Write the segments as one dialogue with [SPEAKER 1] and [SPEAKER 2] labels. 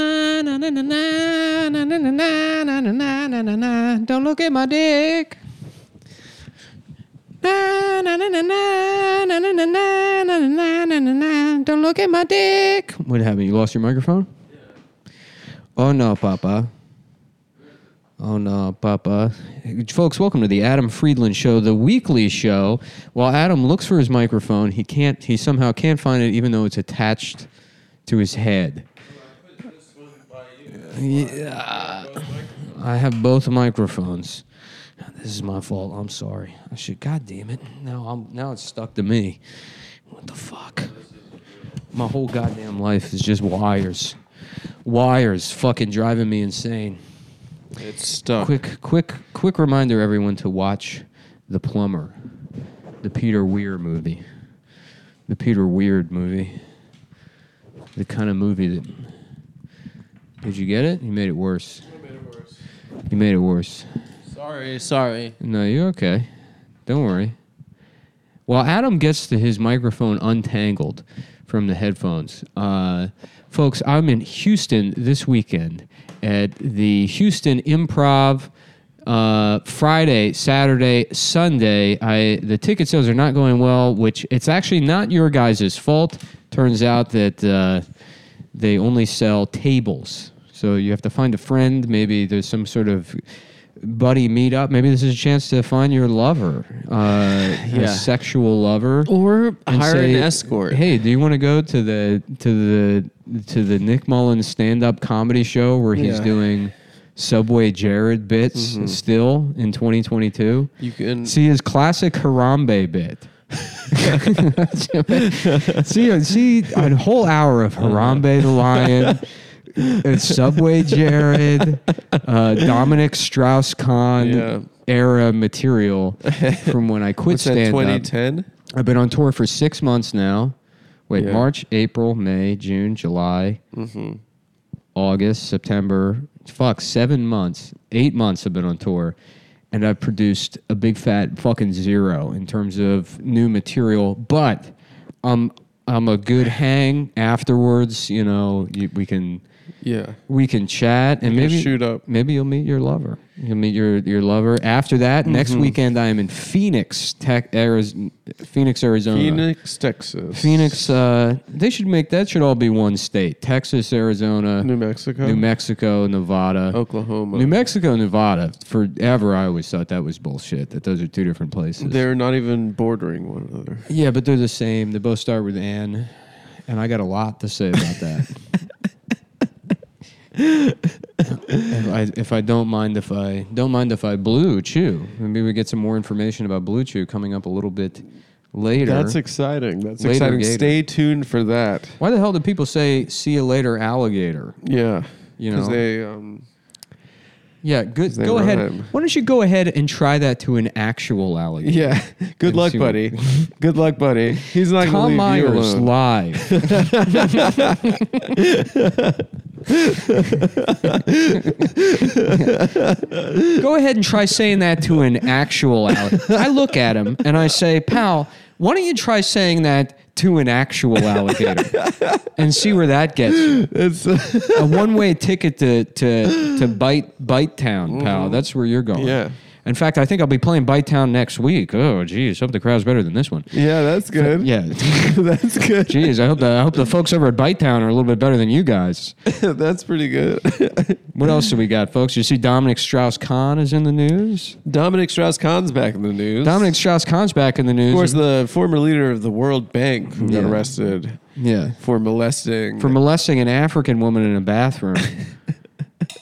[SPEAKER 1] na na na na na na na na na na na na. Don't look at my dick. Na na na na na na na na na na na na na na. Don't look at my dick. What happened? You lost your microphone? Oh no, Papa. Oh no, Papa. Folks, welcome to the Adam Friedland Show, the weekly show. While Adam looks for his microphone, he can't he somehow can't find it even though it's attached to his head. Yeah. I have both microphones. This is my fault. I'm sorry. I should god damn it. Now I'm now it's stuck to me. What the fuck? My whole goddamn life is just wires. Wires fucking driving me insane
[SPEAKER 2] It's stuck.
[SPEAKER 1] quick quick quick reminder everyone to watch the plumber the peter weir movie the peter weird movie the kind of movie that did you get it you made it worse you made it worse
[SPEAKER 2] Sorry, sorry.
[SPEAKER 1] no you're okay don't worry while adam gets to his microphone untangled from the headphones uh, folks i'm in houston this weekend at the houston improv uh, Friday, Saturday, Sunday. I the ticket sales are not going well, which it's actually not your guys' fault. Turns out that uh, they only sell tables, so you have to find a friend. Maybe there's some sort of buddy meetup. Maybe this is a chance to find your lover, uh,
[SPEAKER 2] Yeah.
[SPEAKER 1] a sexual lover,
[SPEAKER 2] Or
[SPEAKER 1] and
[SPEAKER 2] hire
[SPEAKER 1] say,
[SPEAKER 2] an escort.
[SPEAKER 1] Hey, do you want to go to the to the to the Nick Mullins stand up comedy show where he's
[SPEAKER 2] Yeah. Mm-hmm.
[SPEAKER 1] doing Subway Jared bits still in 2022?
[SPEAKER 2] You can.
[SPEAKER 1] See his classic Harambe bit. see, see a whole hour of Harambe the Lion, and Subway Jared, uh, Dominic Strauss Kahn
[SPEAKER 2] Yeah.
[SPEAKER 1] era material from when I quit
[SPEAKER 2] what's that?
[SPEAKER 1] stand up.
[SPEAKER 2] 2010.
[SPEAKER 1] I've been on tour for six months now. Wait,
[SPEAKER 2] Yeah.
[SPEAKER 1] March, April, May, June, July, August, September. Fuck, seven months, eight months I've been on tour. And I've produced a big fat fucking zero in terms of new material. But I'm, I'm a good hang afterwards. You know, you, we can
[SPEAKER 2] Yeah.
[SPEAKER 1] we can chat and
[SPEAKER 2] We can
[SPEAKER 1] maybe
[SPEAKER 2] shoot up.
[SPEAKER 1] Maybe you'll meet your lover. You'll meet your, your lover. After that,
[SPEAKER 2] Mm-hmm.
[SPEAKER 1] next weekend I am in Phoenix, Tech, Arizona, Phoenix, Arizona.
[SPEAKER 2] Phoenix, Texas.
[SPEAKER 1] Phoenix, Uh, they should make that should all be one state: Texas, Arizona,
[SPEAKER 2] New Mexico.
[SPEAKER 1] New Mexico, Nevada,
[SPEAKER 2] Oklahoma.
[SPEAKER 1] New Mexico, Nevada. Forever, I always thought that was bullshit. That those are two different places.
[SPEAKER 2] They're not even bordering one another.
[SPEAKER 1] yeah, but they're the same. They both start with N, and I got a lot to say about that. if, I, if I don't mind if I don't mind if I blue chew, maybe we get some more information about blue chew coming up a little bit later.
[SPEAKER 2] That's exciting. That's
[SPEAKER 1] Later,
[SPEAKER 2] exciting.
[SPEAKER 1] Gator.
[SPEAKER 2] Stay tuned for that.
[SPEAKER 1] Why the hell do people say "see you later, alligator"?
[SPEAKER 2] Yeah.
[SPEAKER 1] You
[SPEAKER 2] Because
[SPEAKER 1] know.
[SPEAKER 2] they. Um,
[SPEAKER 1] Yeah, good.
[SPEAKER 2] they
[SPEAKER 1] Go ahead.
[SPEAKER 2] rhyme.
[SPEAKER 1] Why don't you go ahead and try that to an actual alligator?
[SPEAKER 2] yeah. Good luck,
[SPEAKER 1] see what-
[SPEAKER 2] buddy. Good luck, buddy. He's not
[SPEAKER 1] Tom
[SPEAKER 2] going to leave you
[SPEAKER 1] Myers
[SPEAKER 2] alone.
[SPEAKER 1] live. Go ahead and try saying that to an actual alligator. I look at him and I say, "Pal, why don't you try saying that to an actual alligator and see where that gets you?"
[SPEAKER 2] It's,
[SPEAKER 1] a one-way ticket to to to Bite Bite Town, pal. That's where you're going.
[SPEAKER 2] Mm-hmm. Yeah.
[SPEAKER 1] In fact, I think I'll be playing Bite Town next week. Oh, geez, hope the crowd's better than this one.
[SPEAKER 2] yeah, that's good.
[SPEAKER 1] Yeah.
[SPEAKER 2] that's good.
[SPEAKER 1] Geez, I hope the I hope the folks over at Bite Town are a little bit better than you guys.
[SPEAKER 2] that's pretty good.
[SPEAKER 1] What else do we got, folks? You see, Dominic Strauss Kahn is in the news.
[SPEAKER 2] Dominic Strauss Kahn's back in the news.
[SPEAKER 1] Dominic Strauss Kahn's back in the news.
[SPEAKER 2] of course, the former leader of the World Bank who
[SPEAKER 1] Yeah.
[SPEAKER 2] got arrested
[SPEAKER 1] yeah,
[SPEAKER 2] for molesting.
[SPEAKER 1] for molesting an African woman in a bathroom.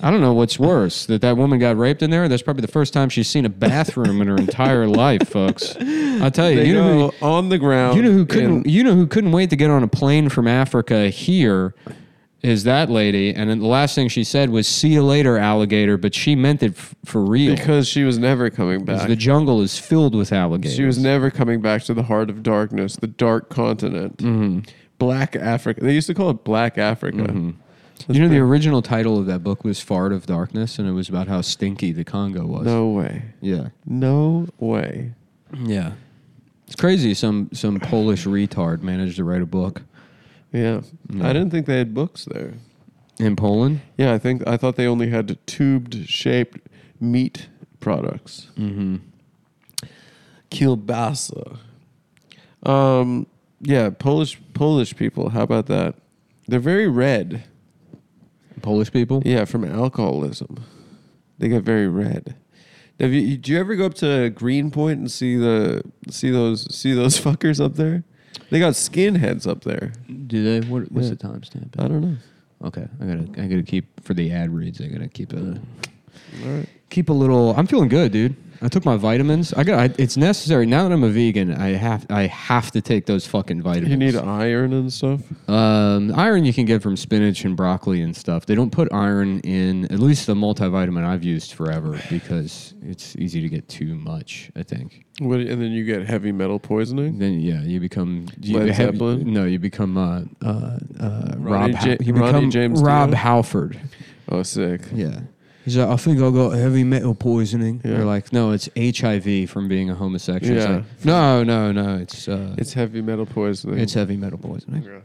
[SPEAKER 1] I don't know what's worse that that woman got raped in there. That's probably the first time she's seen a bathroom in her entire life, folks. I'll tell you,
[SPEAKER 2] they
[SPEAKER 1] you know who-
[SPEAKER 2] go on the ground.
[SPEAKER 1] You know who couldn't.
[SPEAKER 2] Um, and-
[SPEAKER 1] you know who couldn't wait to get on a plane from Africa here is that lady. And then the last thing she said was "See you later, alligator," but she meant it f- for real.
[SPEAKER 2] because she was never coming back.
[SPEAKER 1] the jungle is filled with alligators.
[SPEAKER 2] she was never coming back to the heart of darkness, the dark continent,
[SPEAKER 1] Mm-hmm.
[SPEAKER 2] Black Africa. They used to call it Black Africa.
[SPEAKER 1] you know, the original title of that book was "Fart of Darkness," and it was about how stinky the Congo was.
[SPEAKER 2] No way.
[SPEAKER 1] Yeah,
[SPEAKER 2] No way.
[SPEAKER 1] yeah. It's crazy. Some some Polish retard managed to write a book.
[SPEAKER 2] Yeah. I didn't think they had books there.
[SPEAKER 1] In Poland?
[SPEAKER 2] Yeah, I think I thought they only had tubed shaped meat products. Mm-hmm. Kielbasa. Um, yeah, Polish Polish people. How about that? They're very red.
[SPEAKER 1] Polish people?
[SPEAKER 2] Yeah, from alcoholism. They get very red. Have you, do you ever go up to Greenpoint and see the see those see those fuckers up there? They got skinheads up there.
[SPEAKER 1] Do they? What, what's
[SPEAKER 2] Yeah.
[SPEAKER 1] the timestamp?
[SPEAKER 2] I don't know.
[SPEAKER 1] Okay, I gotta, I gotta keep for the ad reads. I gotta keep a,
[SPEAKER 2] All right.
[SPEAKER 1] keep a little. I'm feeling good, dude. I took my vitamins. I got. I, it's necessary now that I'm a vegan. I have, I have to take those fucking vitamins.
[SPEAKER 2] You need iron and stuff.
[SPEAKER 1] Um, iron you can get from spinach and broccoli and stuff. They don't put iron in at least the multivitamin I've used forever because it's easy to get too much. I think.
[SPEAKER 2] What, and then you get heavy metal poisoning.
[SPEAKER 1] Then yeah, you become you
[SPEAKER 2] Led
[SPEAKER 1] have-
[SPEAKER 2] Zeppelin?
[SPEAKER 1] No, you become uh, uh, uh, Rob.
[SPEAKER 2] Ronnie Ja-
[SPEAKER 1] you
[SPEAKER 2] Ronnie
[SPEAKER 1] become
[SPEAKER 2] James
[SPEAKER 1] Rob
[SPEAKER 2] Dio?
[SPEAKER 1] Halford.
[SPEAKER 2] Oh, sick.
[SPEAKER 1] Yeah. He's like, I think I got heavy metal poisoning.
[SPEAKER 2] Yeah.
[SPEAKER 1] You're like, no, it's HIV from being a homosexual. It's
[SPEAKER 2] Yeah.
[SPEAKER 1] like, no, no, no, it's uh, it's,
[SPEAKER 2] It's heavy metal poisoning.
[SPEAKER 1] heavy metal poisoning.
[SPEAKER 2] Yeah.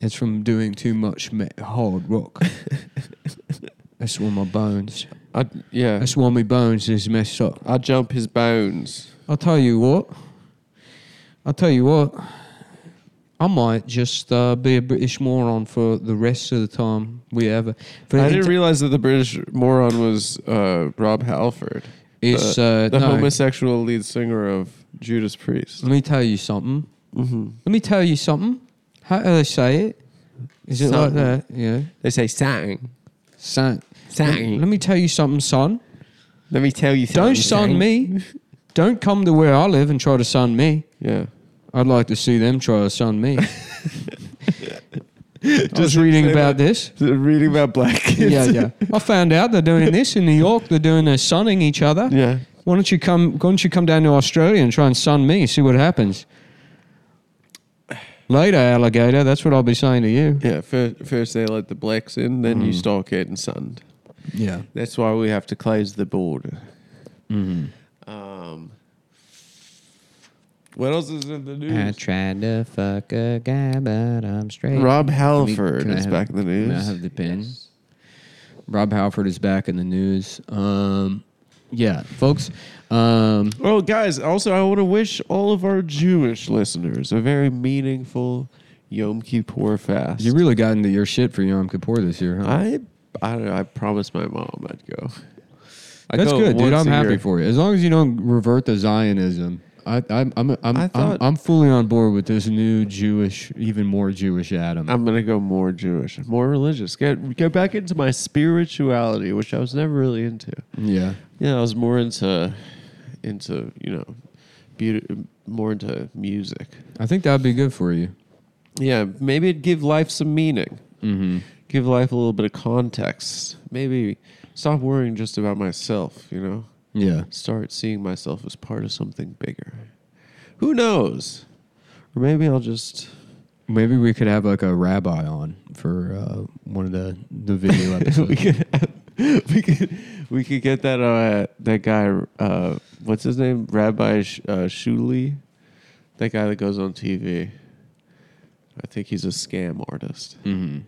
[SPEAKER 1] It's from doing too much me- hard rock. That's why my bones.
[SPEAKER 2] I, yeah.
[SPEAKER 1] That's why my bones is messed up.
[SPEAKER 2] I jump his bones.
[SPEAKER 1] I'll tell you what. I'll tell you what. I might just uh, be a British moron for the rest of the time we ever. For
[SPEAKER 2] I
[SPEAKER 1] the
[SPEAKER 2] didn't realize that the British moron was uh, Rob Halford,
[SPEAKER 1] it's uh,
[SPEAKER 2] the
[SPEAKER 1] no.
[SPEAKER 2] homosexual lead singer of Judas Priest.
[SPEAKER 1] Let me tell you something.
[SPEAKER 2] Mm-hmm.
[SPEAKER 1] Let me tell you something. How do they say it? Is it
[SPEAKER 2] Something.
[SPEAKER 1] like that? Yeah.
[SPEAKER 2] They say sang.
[SPEAKER 1] Son.
[SPEAKER 2] Sang.
[SPEAKER 1] Let me tell you something, son.
[SPEAKER 2] Let me tell you
[SPEAKER 1] Don't son me. Don't come to where I live and try to son me.
[SPEAKER 2] Yeah.
[SPEAKER 1] I'd like to see them try to son me. Just reading about this.
[SPEAKER 2] Reading about black kids.
[SPEAKER 1] Yeah, yeah. I found out they're doing this in New York. They're doing they're sunning each other.
[SPEAKER 2] yeah.
[SPEAKER 1] Why don't you come? Why don't you come down to Australia and try and sun me? See what happens. Later, alligator. That's what I'll be saying to you.
[SPEAKER 2] Yeah. fir- First they let the blacks in, then
[SPEAKER 1] Mm-hmm.
[SPEAKER 2] you start getting sunned.
[SPEAKER 1] Yeah.
[SPEAKER 2] That's why we have to close the border.
[SPEAKER 1] Mm-hmm.
[SPEAKER 2] Um, what else is in the news?
[SPEAKER 1] I tried to fuck a guy, but I'm straight.
[SPEAKER 2] Rob
[SPEAKER 1] Can we-
[SPEAKER 2] Halford
[SPEAKER 1] can I
[SPEAKER 2] is
[SPEAKER 1] have-
[SPEAKER 2] back in the
[SPEAKER 1] Can I
[SPEAKER 2] news.
[SPEAKER 1] have the pin? Rob Halford is back in the news. Um, yeah, folks. Um,
[SPEAKER 2] Well, guys, also I want to wish all of our Jewish listeners a very meaningful Yom Kippur fast.
[SPEAKER 1] you really got into your shit for Yom Kippur this year, huh?
[SPEAKER 2] I, I don't know. I promised my mom I'd go. I
[SPEAKER 1] That's
[SPEAKER 2] go
[SPEAKER 1] good, dude.
[SPEAKER 2] once
[SPEAKER 1] I'm
[SPEAKER 2] a
[SPEAKER 1] happy
[SPEAKER 2] year.
[SPEAKER 1] for you. As long as you don't revert to Zionism, I, I'm, I'm, I'm,
[SPEAKER 2] I
[SPEAKER 1] I'm,
[SPEAKER 2] thought-
[SPEAKER 1] I'm fully on board with this new Jewish, even more Jewish Adam.
[SPEAKER 2] I'm gonna go more Jewish, more religious. Get get back into my spirituality, which I was never really into.
[SPEAKER 1] yeah.
[SPEAKER 2] Yeah, I was more into into you know, beauty, more into music.
[SPEAKER 1] I think that'd be good for you.
[SPEAKER 2] Yeah, maybe it'd give life some meaning.
[SPEAKER 1] Mm-hmm.
[SPEAKER 2] give life a little bit of context. Maybe stop worrying just about myself, you know?
[SPEAKER 1] Yeah.
[SPEAKER 2] Start seeing myself as part of something bigger. Who knows? Or maybe I'll just.
[SPEAKER 1] Maybe we could have like a rabbi on for uh, one of the, the video episodes.
[SPEAKER 2] we could we could we could get that uh that guy uh what's his name Rabbi Sh- uh, Shuli, that guy that goes on TV. I think he's a scam artist.
[SPEAKER 1] hmm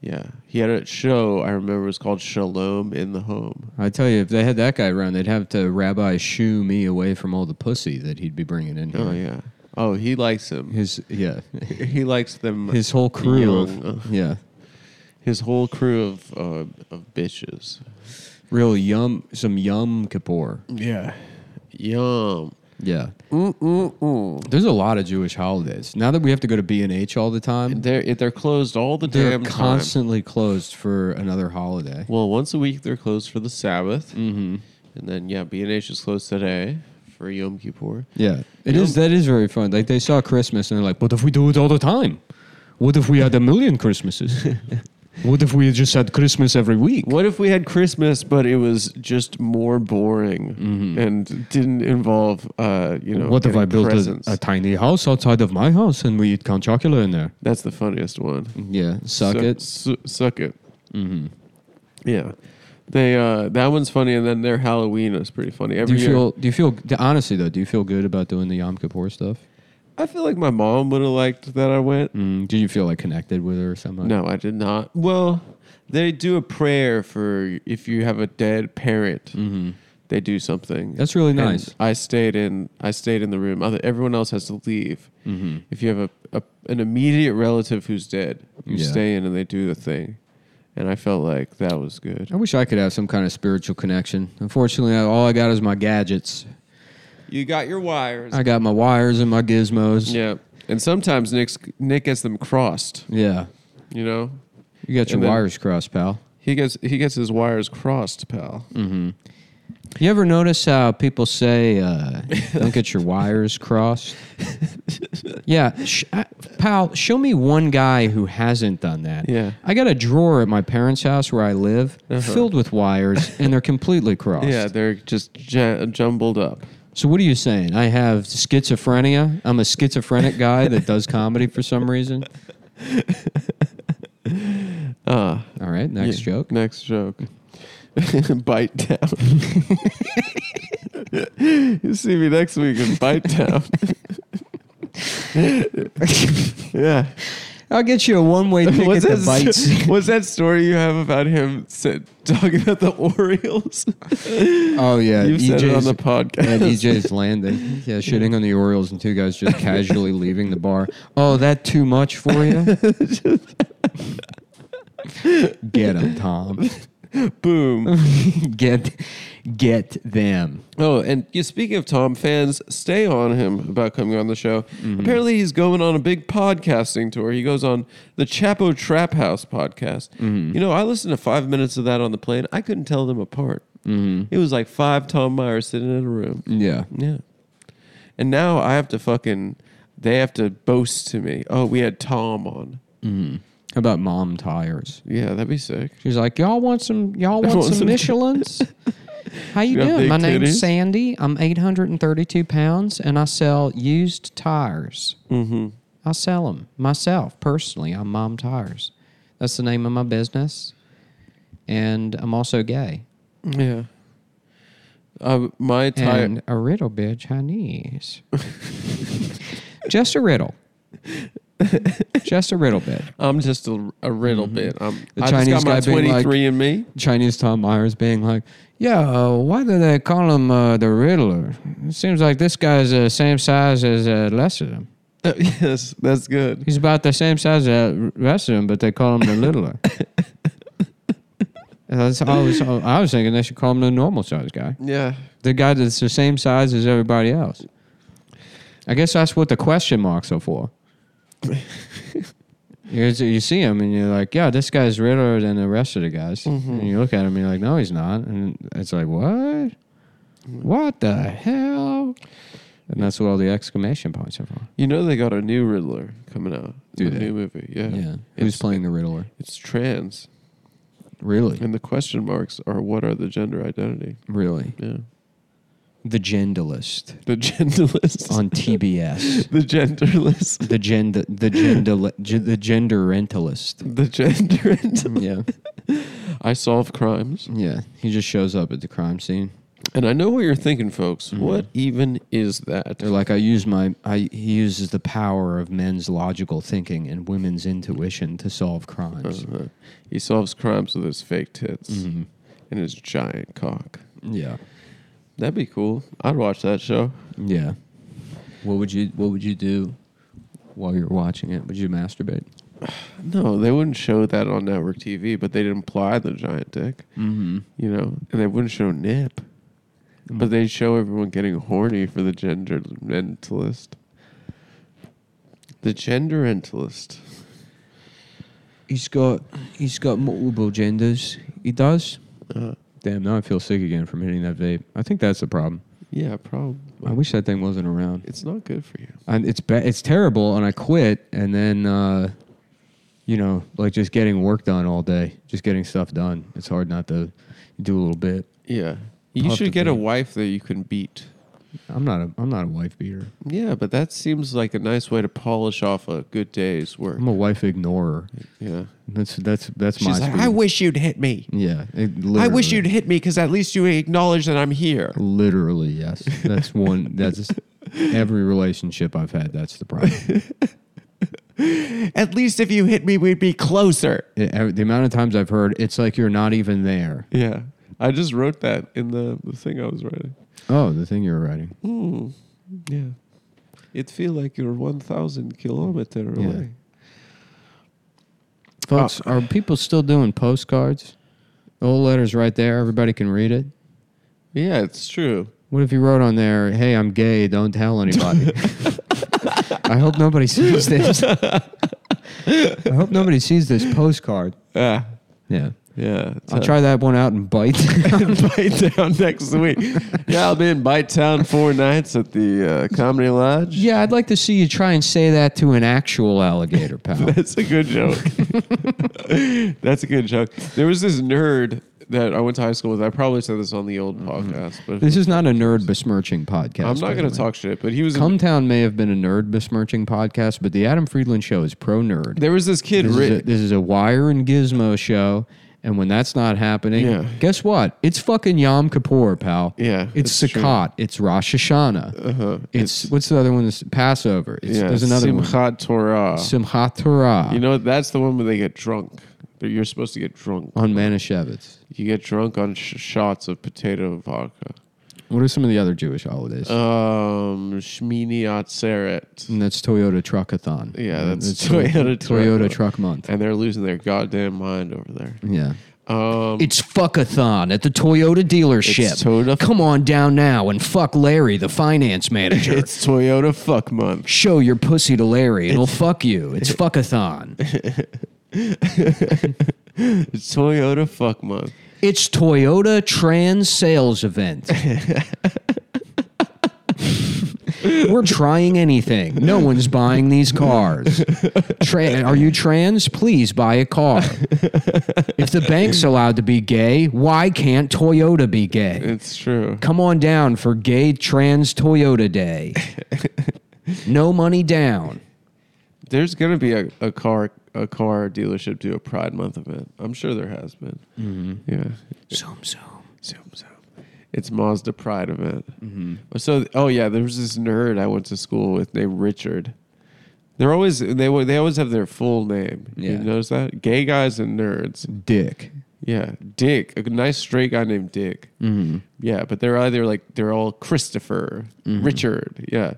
[SPEAKER 2] Yeah, he had a show I remember it was called Shalom in the Home.
[SPEAKER 1] I tell you, if they had that guy around, they'd have to rabbi shoo me away from all the pussy that he'd be bringing in.
[SPEAKER 2] Oh yeah. Oh, he likes him.
[SPEAKER 1] His yeah,
[SPEAKER 2] he likes them.
[SPEAKER 1] his whole crew.
[SPEAKER 2] Young.
[SPEAKER 1] Of, yeah,
[SPEAKER 2] his whole crew of uh, of bitches.
[SPEAKER 1] real yum, some yum Kippur.
[SPEAKER 2] Yeah. Yum.
[SPEAKER 1] Yeah,
[SPEAKER 2] Mm mm mm.
[SPEAKER 1] there's a lot of Jewish holidays now that we have to go to B and H all the time.
[SPEAKER 2] They're they're closed all the
[SPEAKER 1] They're
[SPEAKER 2] damn time.
[SPEAKER 1] constantly closed for another holiday.
[SPEAKER 2] Well, once a week they're closed for the Sabbath, mm-hmm. and then yeah, B and H is closed today for Yom Kippur.
[SPEAKER 1] Yeah, it is. That is very fun. Like they saw Christmas and they're like, "What if we do it all the time? What if we had a million Christmases? what if we just had Christmas every week?"
[SPEAKER 2] What if we had Christmas, but it was just more boring and didn't involve, uh, you know,
[SPEAKER 1] What if I
[SPEAKER 2] getting
[SPEAKER 1] built a,
[SPEAKER 2] presents?
[SPEAKER 1] a tiny house outside of my house and we eat count chocula in there?
[SPEAKER 2] That's the funniest one.
[SPEAKER 1] Yeah, suck
[SPEAKER 2] Suck-
[SPEAKER 1] it.
[SPEAKER 2] su- suck it. Mm-hmm. Yeah, they uh, that one's funny, and then their Halloween is pretty funny.
[SPEAKER 1] Do
[SPEAKER 2] Every
[SPEAKER 1] you
[SPEAKER 2] year,
[SPEAKER 1] feel? Do you feel? Honestly though, do you feel good about doing the Yom Kippur stuff?
[SPEAKER 2] I feel like my mom would have liked that I went.
[SPEAKER 1] Mm, did you feel like connected with her or something?
[SPEAKER 2] No, I did not. Well, they do a prayer for if you have a dead parent. They do something.
[SPEAKER 1] Mm-hmm. That's really
[SPEAKER 2] And
[SPEAKER 1] nice.
[SPEAKER 2] I stayed in. I stayed in the room. Other, everyone else has to leave.
[SPEAKER 1] Mm-hmm.
[SPEAKER 2] If you have a, a an immediate relative who's dead, you
[SPEAKER 1] Yeah.
[SPEAKER 2] stay in and they do the thing. And I felt like that was good.
[SPEAKER 1] I wish I could have some kind of spiritual connection. Unfortunately, I- all I got is my gadgets.
[SPEAKER 2] You got your wires.
[SPEAKER 1] I got my wires and my gizmos.
[SPEAKER 2] yeah. And sometimes Nick's, Nick gets them crossed.
[SPEAKER 1] Yeah.
[SPEAKER 2] You know,
[SPEAKER 1] You got your
[SPEAKER 2] And then-
[SPEAKER 1] wires crossed, pal.
[SPEAKER 2] he gets he gets his wires crossed, pal.
[SPEAKER 1] Mm. You ever notice how people say, uh, don't get your wires crossed? yeah. Sh- I, pal, show me one guy who hasn't done that.
[SPEAKER 2] Yeah.
[SPEAKER 1] I got a drawer at my parents' house where I live filled with wires and they're completely crossed.
[SPEAKER 2] Yeah, they're just j- jumbled up.
[SPEAKER 1] So what are you saying? I have schizophrenia. I'm a schizophrenic guy that does comedy for some reason.
[SPEAKER 2] Uh,
[SPEAKER 1] All right, next
[SPEAKER 2] yeah,
[SPEAKER 1] joke.
[SPEAKER 2] Next joke. Bite down. you see me next week in Bite down. yeah.
[SPEAKER 1] I'll get you a one-way ticket
[SPEAKER 2] What's
[SPEAKER 1] to
[SPEAKER 2] that,
[SPEAKER 1] bites.
[SPEAKER 2] what's that story you have about him said, talking about the Orioles?
[SPEAKER 1] oh yeah,
[SPEAKER 2] You've said it on
[SPEAKER 1] EJ's
[SPEAKER 2] the podcast.
[SPEAKER 1] at EJ's E landing. Yeah, shitting on the Orioles and two guys just casually leaving the bar. Oh, that too much for you? get them, Tom.
[SPEAKER 2] Boom.
[SPEAKER 1] Get, get them.
[SPEAKER 2] Oh, and you, speaking of Tom, fans stay on him about coming on the show.
[SPEAKER 1] Mm-hmm.
[SPEAKER 2] Apparently, he's going on a big podcasting tour. He goes on the Chapo Trap House podcast.
[SPEAKER 1] Mm-hmm.
[SPEAKER 2] You know, I listened to five minutes of that on the plane. I couldn't tell them apart.
[SPEAKER 1] Mm-hmm.
[SPEAKER 2] It was like five Tom Myers sitting in a room.
[SPEAKER 1] Yeah.
[SPEAKER 2] Yeah. And now I have to fucking, they have to boast to me. Oh, we had Tom on.
[SPEAKER 1] How about mom tires?
[SPEAKER 2] Yeah, that'd be sick.
[SPEAKER 1] She's like, y'all want some? Y'all want,
[SPEAKER 2] want
[SPEAKER 1] some,
[SPEAKER 2] some-
[SPEAKER 1] Michelin's? How you
[SPEAKER 2] got
[SPEAKER 1] doing?
[SPEAKER 2] big
[SPEAKER 1] My name's
[SPEAKER 2] titties?
[SPEAKER 1] Sandy. I'm 832 pounds, and I sell used tires. Mm-hmm. I sell them myself personally. I'm Mom Tires. That's the name of my business, and I'm also gay
[SPEAKER 2] Yeah. Uh, my tire.
[SPEAKER 1] and a riddle bit Chinese. Just a riddle. Just a riddle bit.
[SPEAKER 2] I'm just a, a riddle bit. I'm,
[SPEAKER 1] Mm-hmm. The
[SPEAKER 2] I
[SPEAKER 1] Chinese
[SPEAKER 2] just got my
[SPEAKER 1] guy being like-
[SPEAKER 2] 23 and me.
[SPEAKER 1] Chinese Tom Myers being like, "Yeah, uh, why do they call him uh, the Riddler? It seems like this guy's the same size as uh, the rest of them.
[SPEAKER 2] Uh, yes, that's good.
[SPEAKER 1] He's about the same size as the rest of them, but they call him the Littler." And That's always, I was thinking they should call him the normal size guy,
[SPEAKER 2] Yeah.
[SPEAKER 1] the guy that's the same size as everybody else. I guess that's what the question marks are for. you, you see him and you're like, yeah, this guy's riddler than the rest of the guys. And you look at him and you're like, no, he's not. And it's like, what? What the hell? And that's what all the exclamation points are for.
[SPEAKER 2] You know they got a new Riddler coming out.
[SPEAKER 1] Do
[SPEAKER 2] a
[SPEAKER 1] they?
[SPEAKER 2] new movie. Yeah.
[SPEAKER 1] Who's
[SPEAKER 2] It's,
[SPEAKER 1] playing the Riddler?
[SPEAKER 2] it's trans.
[SPEAKER 1] Really?
[SPEAKER 2] And the question marks are what are the gender identity?
[SPEAKER 1] Really?
[SPEAKER 2] Yeah.
[SPEAKER 1] The Genderlist
[SPEAKER 2] The genderless.
[SPEAKER 1] on TBS.
[SPEAKER 2] the genderless.
[SPEAKER 1] the gender, the gender, the gender rentalist.
[SPEAKER 2] The gender.
[SPEAKER 1] Yeah.
[SPEAKER 2] I solve crimes.
[SPEAKER 1] Yeah. He just shows up at the crime scene.
[SPEAKER 2] And I know what you're thinking, folks. What even is that?
[SPEAKER 1] They're like, I use my, I, he uses the power of men's logical thinking and women's intuition to solve crimes. Mm-hmm.
[SPEAKER 2] Uh-huh. He solves crimes with his fake tits and his giant cock.
[SPEAKER 1] Yeah,
[SPEAKER 2] That'd be cool. I'd watch that show.
[SPEAKER 1] yeah. What would you, what would you do while you're watching it? Would you masturbate?
[SPEAKER 2] No, they wouldn't show that on network TV, but they'd imply the giant dick,
[SPEAKER 1] Mm-hmm.
[SPEAKER 2] you know, and they wouldn't show nip, but they'd show everyone getting horny for the gender mentalist. The gender mentalist.
[SPEAKER 1] He's got, he's got multiple genders. He does.
[SPEAKER 2] Uh,
[SPEAKER 1] Damn, now I feel sick again from hitting that vape. I think that's the problem.
[SPEAKER 2] yeah, probably.
[SPEAKER 1] I wish that thing wasn't around.
[SPEAKER 2] It's not good for you.
[SPEAKER 1] and it's ba- it's terrible and I quit and then uh, you know like just getting work done all day just getting stuff done it's hard not to do a little bit
[SPEAKER 2] Yeah. You
[SPEAKER 1] Tough to
[SPEAKER 2] should get a
[SPEAKER 1] beat.
[SPEAKER 2] wife that you can beat.
[SPEAKER 1] I'm not a I'm not a wife beater
[SPEAKER 2] Yeah, but that seems like a nice way to polish off a good day's work.
[SPEAKER 1] I'm a wife ignorer
[SPEAKER 2] Mm. Yeah.
[SPEAKER 1] that's that's that's
[SPEAKER 2] She's
[SPEAKER 1] my
[SPEAKER 2] like,
[SPEAKER 1] speed.
[SPEAKER 2] I wish you'd hit me.
[SPEAKER 1] yeah it
[SPEAKER 2] I wish
[SPEAKER 1] literally-
[SPEAKER 2] you'd hit me because at least you acknowledge that I'm here.
[SPEAKER 1] literally yes that's one that's Every relationship I've had, that's the problem.
[SPEAKER 2] At least if you hit me, we'd be closer.
[SPEAKER 1] It- ev- E, the amount of times I've heard, it's like you're not even there.
[SPEAKER 2] Yeah. I just wrote that in the, the thing I was writing.
[SPEAKER 1] Oh, the thing you were writing.
[SPEAKER 2] Mm, yeah. It feel like you're 1,000 kilometer
[SPEAKER 1] Yeah.
[SPEAKER 2] away.
[SPEAKER 1] Folks,
[SPEAKER 2] Oh.
[SPEAKER 1] are people still doing postcards? The whole letter's right there. Everybody can read it.
[SPEAKER 2] Yeah, it's true.
[SPEAKER 1] What if you wrote on there, hey, I'm gay, don't tell anybody? I hope nobody sees this. I hope nobody sees this postcard.
[SPEAKER 2] Ah,
[SPEAKER 1] Yeah.
[SPEAKER 2] yeah.
[SPEAKER 1] I'll try that one out and bite.
[SPEAKER 2] Bite Town next week. yeah, I'll be in Bite Town four nights at the uh, Comedy Lodge.
[SPEAKER 1] yeah, I'd like to see you try and say that to an actual alligator, pal.
[SPEAKER 2] That's a good joke. That's a good joke. There was this nerd that I went to high school with. I probably said this on the old podcast, but
[SPEAKER 1] this is not a nerd besmirching podcast.
[SPEAKER 2] I'm
[SPEAKER 1] by
[SPEAKER 2] not
[SPEAKER 1] the
[SPEAKER 2] going
[SPEAKER 1] way.
[SPEAKER 2] to talk shit. But he was. in,
[SPEAKER 1] Cumtown may have been a nerd besmirching podcast, but the Adam Friedland show is pro nerd.
[SPEAKER 2] there was this kid.
[SPEAKER 1] This, is a,
[SPEAKER 2] Rick,
[SPEAKER 1] this is a wire and gizmo show, and when that's not happening,
[SPEAKER 2] Yeah.
[SPEAKER 1] guess what? It's fucking Yom Kippur, pal.
[SPEAKER 2] Yeah,
[SPEAKER 1] it's
[SPEAKER 2] that's true.
[SPEAKER 1] Sukkot. It's Rosh Hashanah.
[SPEAKER 2] uh-huh.
[SPEAKER 1] It's, what's the other one? It's Passover. It's,
[SPEAKER 2] yeah,
[SPEAKER 1] there's another
[SPEAKER 2] Simchat Torah.
[SPEAKER 1] one. Simchat Torah
[SPEAKER 2] you know, that's the one where they get drunk. That You're supposed to get drunk.
[SPEAKER 1] on Manischewitz.
[SPEAKER 2] You get drunk on sh- shots of potato vodka.
[SPEAKER 1] What are some of the other Jewish holidays?
[SPEAKER 2] Uh, Um, Shmini Atzeret.
[SPEAKER 1] and that's Toyota Truckathon.
[SPEAKER 2] Yeah, that's
[SPEAKER 1] It's
[SPEAKER 2] Toyota
[SPEAKER 1] Toyota
[SPEAKER 2] Truck-
[SPEAKER 1] Truck Month.
[SPEAKER 2] and they're losing their goddamn mind over there.
[SPEAKER 1] Yeah.
[SPEAKER 2] Um,
[SPEAKER 1] It's fuckathon at the Toyota dealership.
[SPEAKER 2] It's Toyota-
[SPEAKER 1] Come on down now and fuck Larry, the finance manager.
[SPEAKER 2] it's Toyota Fuck Month.
[SPEAKER 1] Show your pussy to Larry and he'll fuck you. It's fuckathon.
[SPEAKER 2] It's Toyota Fuck Month.
[SPEAKER 1] It's Toyota Trans Sales Event. We're trying anything. No one's buying these cars. Tra- are you trans? Please buy a car. If the bank's allowed to be gay, why can't Toyota be gay?
[SPEAKER 2] It's true.
[SPEAKER 1] Come on down for Gay Trans Toyota Day. no money down.
[SPEAKER 2] There's gonna be a, a car a car dealership do a Pride Month event. I'm sure there has been. Mm-hmm. Yeah.
[SPEAKER 1] Zoom, zoom.
[SPEAKER 2] Zoom zoom. It's Mazda Pride event. Mm-hmm. So oh yeah, there was this nerd I went to school with named Richard. They're always they wa- they always have their full name.
[SPEAKER 1] Yeah.
[SPEAKER 2] You notice that? Gay guys and nerds.
[SPEAKER 1] Dick.
[SPEAKER 2] Yeah, Dick, a nice straight guy named Dick. Mm-hmm. Yeah, but they're either like they're all Christopher, Richard. Yeah,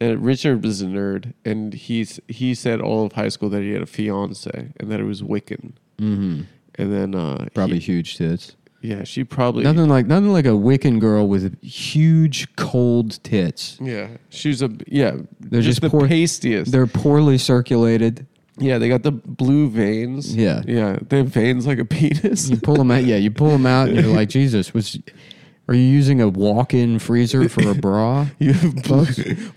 [SPEAKER 2] and Richard was a nerd, and he's he said all of high school that he had a fiance and that it was Wiccan. Mm-hmm. And then uh, he-
[SPEAKER 1] Probably huge tits.
[SPEAKER 2] yeah, she probably
[SPEAKER 1] Nothing like nothing like a Wiccan girl with huge cold tits.
[SPEAKER 2] yeah she's a yeah
[SPEAKER 1] They're just
[SPEAKER 2] the
[SPEAKER 1] poor-
[SPEAKER 2] pastiest.
[SPEAKER 1] They're poorly circulated.
[SPEAKER 2] yeah, they got the blue veins.
[SPEAKER 1] Yeah.
[SPEAKER 2] yeah, they have veins like a penis.
[SPEAKER 1] You pull them out. Yeah, you pull them out, and you're like, Jesus, was are you using a walk-in freezer for a bra?
[SPEAKER 2] You have blue.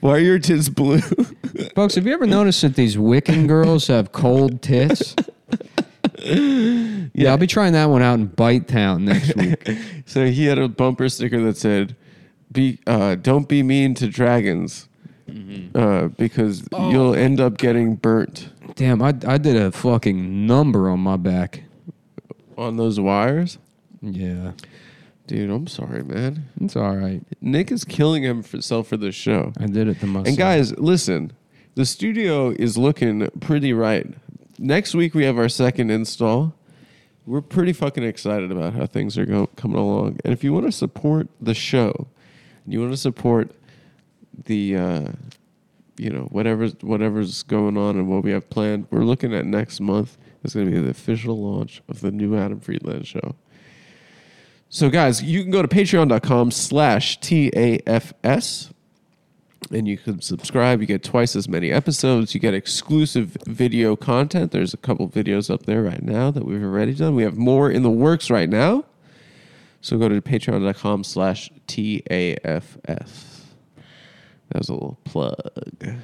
[SPEAKER 2] Why are your tits blue?
[SPEAKER 1] Folks, have you ever noticed that these Wiccan girls have cold tits? Yeah, I'll be trying that one out in Bite Town next week.
[SPEAKER 2] So he had a bumper sticker that said, "Be uh, don't be mean to dragons,
[SPEAKER 1] Mm-hmm.
[SPEAKER 2] uh, because
[SPEAKER 1] Oh.
[SPEAKER 2] you'll end up getting burnt
[SPEAKER 1] Damn, I, I did a fucking number on my back.
[SPEAKER 2] on those wires."
[SPEAKER 1] Yeah,
[SPEAKER 2] Dude, I'm sorry, man.
[SPEAKER 1] it's all right.
[SPEAKER 2] Nick is killing himself for this show.
[SPEAKER 1] I did it to myself.
[SPEAKER 2] And guys, listen, the studio is looking pretty right. Next week we have our second install. We're pretty fucking excited about how things are go- coming along. And if you want to support the show, you want to support the uh, you know whatever's whatever's going on and what we have planned. We're looking at next month. It's going to be the official launch of the new Adam Friedland show. So guys, you can go to patreon.com slash TAFS and you can subscribe. You get twice as many episodes. You get exclusive video content. There's a couple videos up there right now that we've already done. We have more in the works right now. So go to patreon.com slash TAFF. That was a little plug.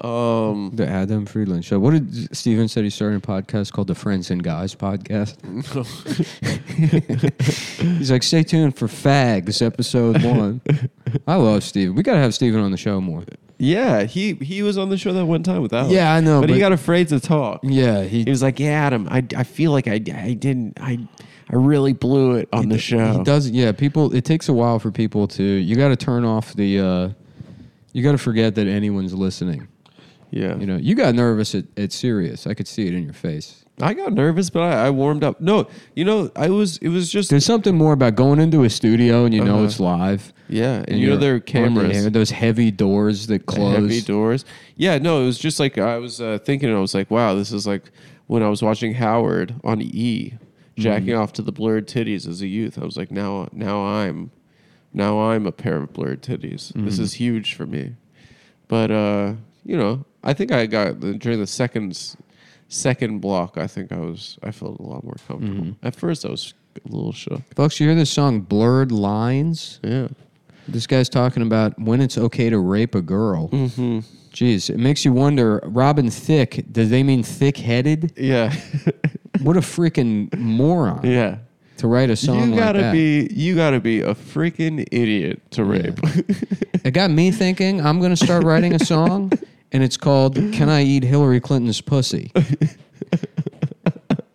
[SPEAKER 2] Um,
[SPEAKER 1] the Adam Friedland show. What did Steven said? He started a podcast called the Friends and Guys podcast. He's like, stay tuned for Fags episode one. I love Steven. We gotta have Steven on the show more.
[SPEAKER 2] yeah, he, he was on the show that one time with Alex.
[SPEAKER 1] Yeah, I know,
[SPEAKER 2] But,
[SPEAKER 1] but-
[SPEAKER 2] he got afraid to talk.
[SPEAKER 1] Yeah, he
[SPEAKER 2] He was like, yeah, Adam, I, I feel like I, I didn't, I, I really blew it on the show.
[SPEAKER 1] He does. Yeah, people. It takes a while for people to. You got to turn off the. Uh, You got to forget that anyone's listening.
[SPEAKER 2] Yeah.
[SPEAKER 1] You know, you got nervous at, at Sirius. I could see it in your face.
[SPEAKER 2] I got nervous, but I, I warmed up. No, you know, I was. It was just
[SPEAKER 1] There's something more about going into a studio and you know
[SPEAKER 2] Uh-huh.
[SPEAKER 1] it's live.
[SPEAKER 2] yeah, and, you know
[SPEAKER 1] you're
[SPEAKER 2] their
[SPEAKER 1] on the
[SPEAKER 2] cameras,
[SPEAKER 1] air, those heavy doors that
[SPEAKER 2] the
[SPEAKER 1] close.
[SPEAKER 2] heavy doors. Yeah, no, it was just like I was uh, thinking. I was like, wow, this is like when I was watching Howard on E, jacking off to the blurred titties as a youth. I was like, now, now I'm, now I'm a pair of blurred titties. This is huge for me. But uh, you know, I think I got during the second s- second block. I think I was. I felt a lot more comfortable. At first, I was a little shook.
[SPEAKER 1] Folks, you hear this song "Blurred Lines."
[SPEAKER 2] Yeah.
[SPEAKER 1] This guy's talking about when it's okay to rape a girl. Mm-hmm. Jeez, it makes you wonder. Robin Thick, does they mean thick-headed?
[SPEAKER 2] Yeah.
[SPEAKER 1] What a freaking moron
[SPEAKER 2] yeah.
[SPEAKER 1] to write a song
[SPEAKER 2] you gotta
[SPEAKER 1] like that.
[SPEAKER 2] be you gotta be a freaking idiot to rape.
[SPEAKER 1] it got me thinking. I'm gonna start writing a song, and it's called "Can I Eat Hillary Clinton's Pussy."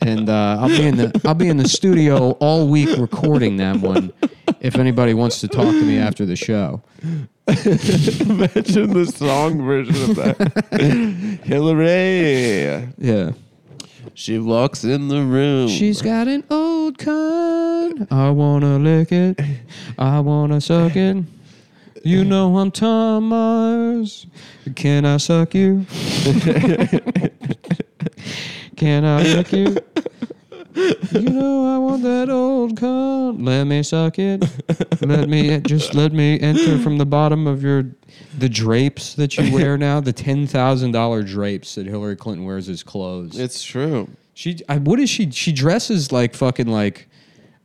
[SPEAKER 1] And uh, I'll be in the I'll be in the studio all week recording that one. If anybody wants to talk to me after the show,
[SPEAKER 2] Imagine the song version of that. Hillary.
[SPEAKER 1] yeah.
[SPEAKER 2] She walks in the room.
[SPEAKER 1] She's got an old con. I wanna lick it. I wanna suck it. You know I'm Tom Myers. Can I suck you? Can I lick you? You know I want that old con. Let me suck it. Let me just let me enter from the bottom of your the drapes that you wear now, the ten thousand dollar drapes that Hillary Clinton wears as clothes.
[SPEAKER 2] It's true.
[SPEAKER 1] She, I, what is she? She dresses like fucking like,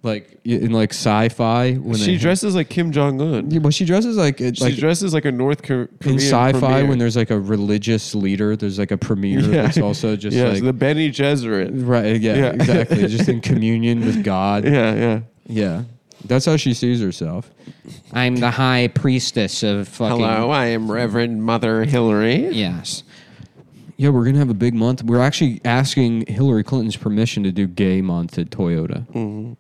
[SPEAKER 1] like in like sci-fi. When
[SPEAKER 2] she
[SPEAKER 1] they-
[SPEAKER 2] dresses like Kim Jong Un.
[SPEAKER 1] Yeah, well, she dresses like it-
[SPEAKER 2] She
[SPEAKER 1] like
[SPEAKER 2] dresses like a North Kor- Korean
[SPEAKER 1] in sci-fi
[SPEAKER 2] premier.
[SPEAKER 1] when there's like a religious leader. There's like a premier
[SPEAKER 2] Yeah.
[SPEAKER 1] that's also just
[SPEAKER 2] yes,
[SPEAKER 1] like
[SPEAKER 2] the Benny Gesserit.
[SPEAKER 1] right. Yeah,
[SPEAKER 2] Yeah.
[SPEAKER 1] exactly. just in communion with God.
[SPEAKER 2] Yeah, yeah.
[SPEAKER 1] Yeah, that's how she sees herself. I'm the high priestess of fucking.
[SPEAKER 2] Hello, I am Reverend Mother Hillary.
[SPEAKER 1] Yes. Yeah, we're gonna have a big month. We're actually asking Hillary Clinton's permission to do Gay Month at Toyota.
[SPEAKER 2] Mm.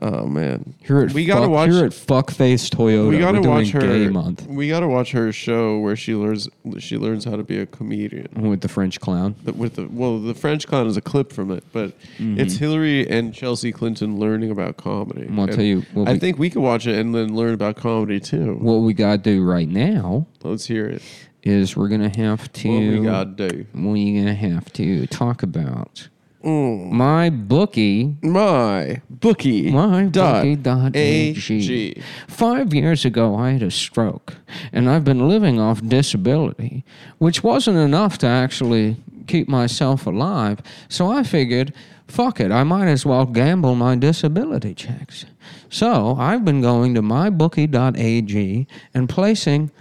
[SPEAKER 2] Oh man,
[SPEAKER 1] Here at
[SPEAKER 2] we gotta
[SPEAKER 1] fuck,
[SPEAKER 2] watch.
[SPEAKER 1] here at fuckface Toyota.
[SPEAKER 2] we gotta
[SPEAKER 1] we're doing
[SPEAKER 2] watch her.
[SPEAKER 1] Gay month
[SPEAKER 2] We gotta watch her show where she learns she learns how to be a comedian.
[SPEAKER 1] with the French clown.
[SPEAKER 2] the- with the well, the French Con is a clip from it, but it's Hillary and Chelsea Clinton learning about comedy.
[SPEAKER 1] Mm-hmm. Well, I'll
[SPEAKER 2] And
[SPEAKER 1] tell you what
[SPEAKER 2] I
[SPEAKER 1] we-
[SPEAKER 2] think we could watch it and then learn about comedy too.
[SPEAKER 1] What we gotta do right now
[SPEAKER 2] Let's hear it.
[SPEAKER 1] is we're gonna have to.
[SPEAKER 2] What we got to do?
[SPEAKER 1] what you gonna have to talk about? My bookie.
[SPEAKER 2] Mm. My bookie.
[SPEAKER 1] My
[SPEAKER 2] dot
[SPEAKER 1] bookie dot
[SPEAKER 2] AG.
[SPEAKER 1] AG. Five years ago, I had a stroke, and I've been living off disability, which wasn't enough to actually keep myself alive. So I figured, fuck it, I might as well gamble my disability checks. So I've been going to mybookie.ag and placing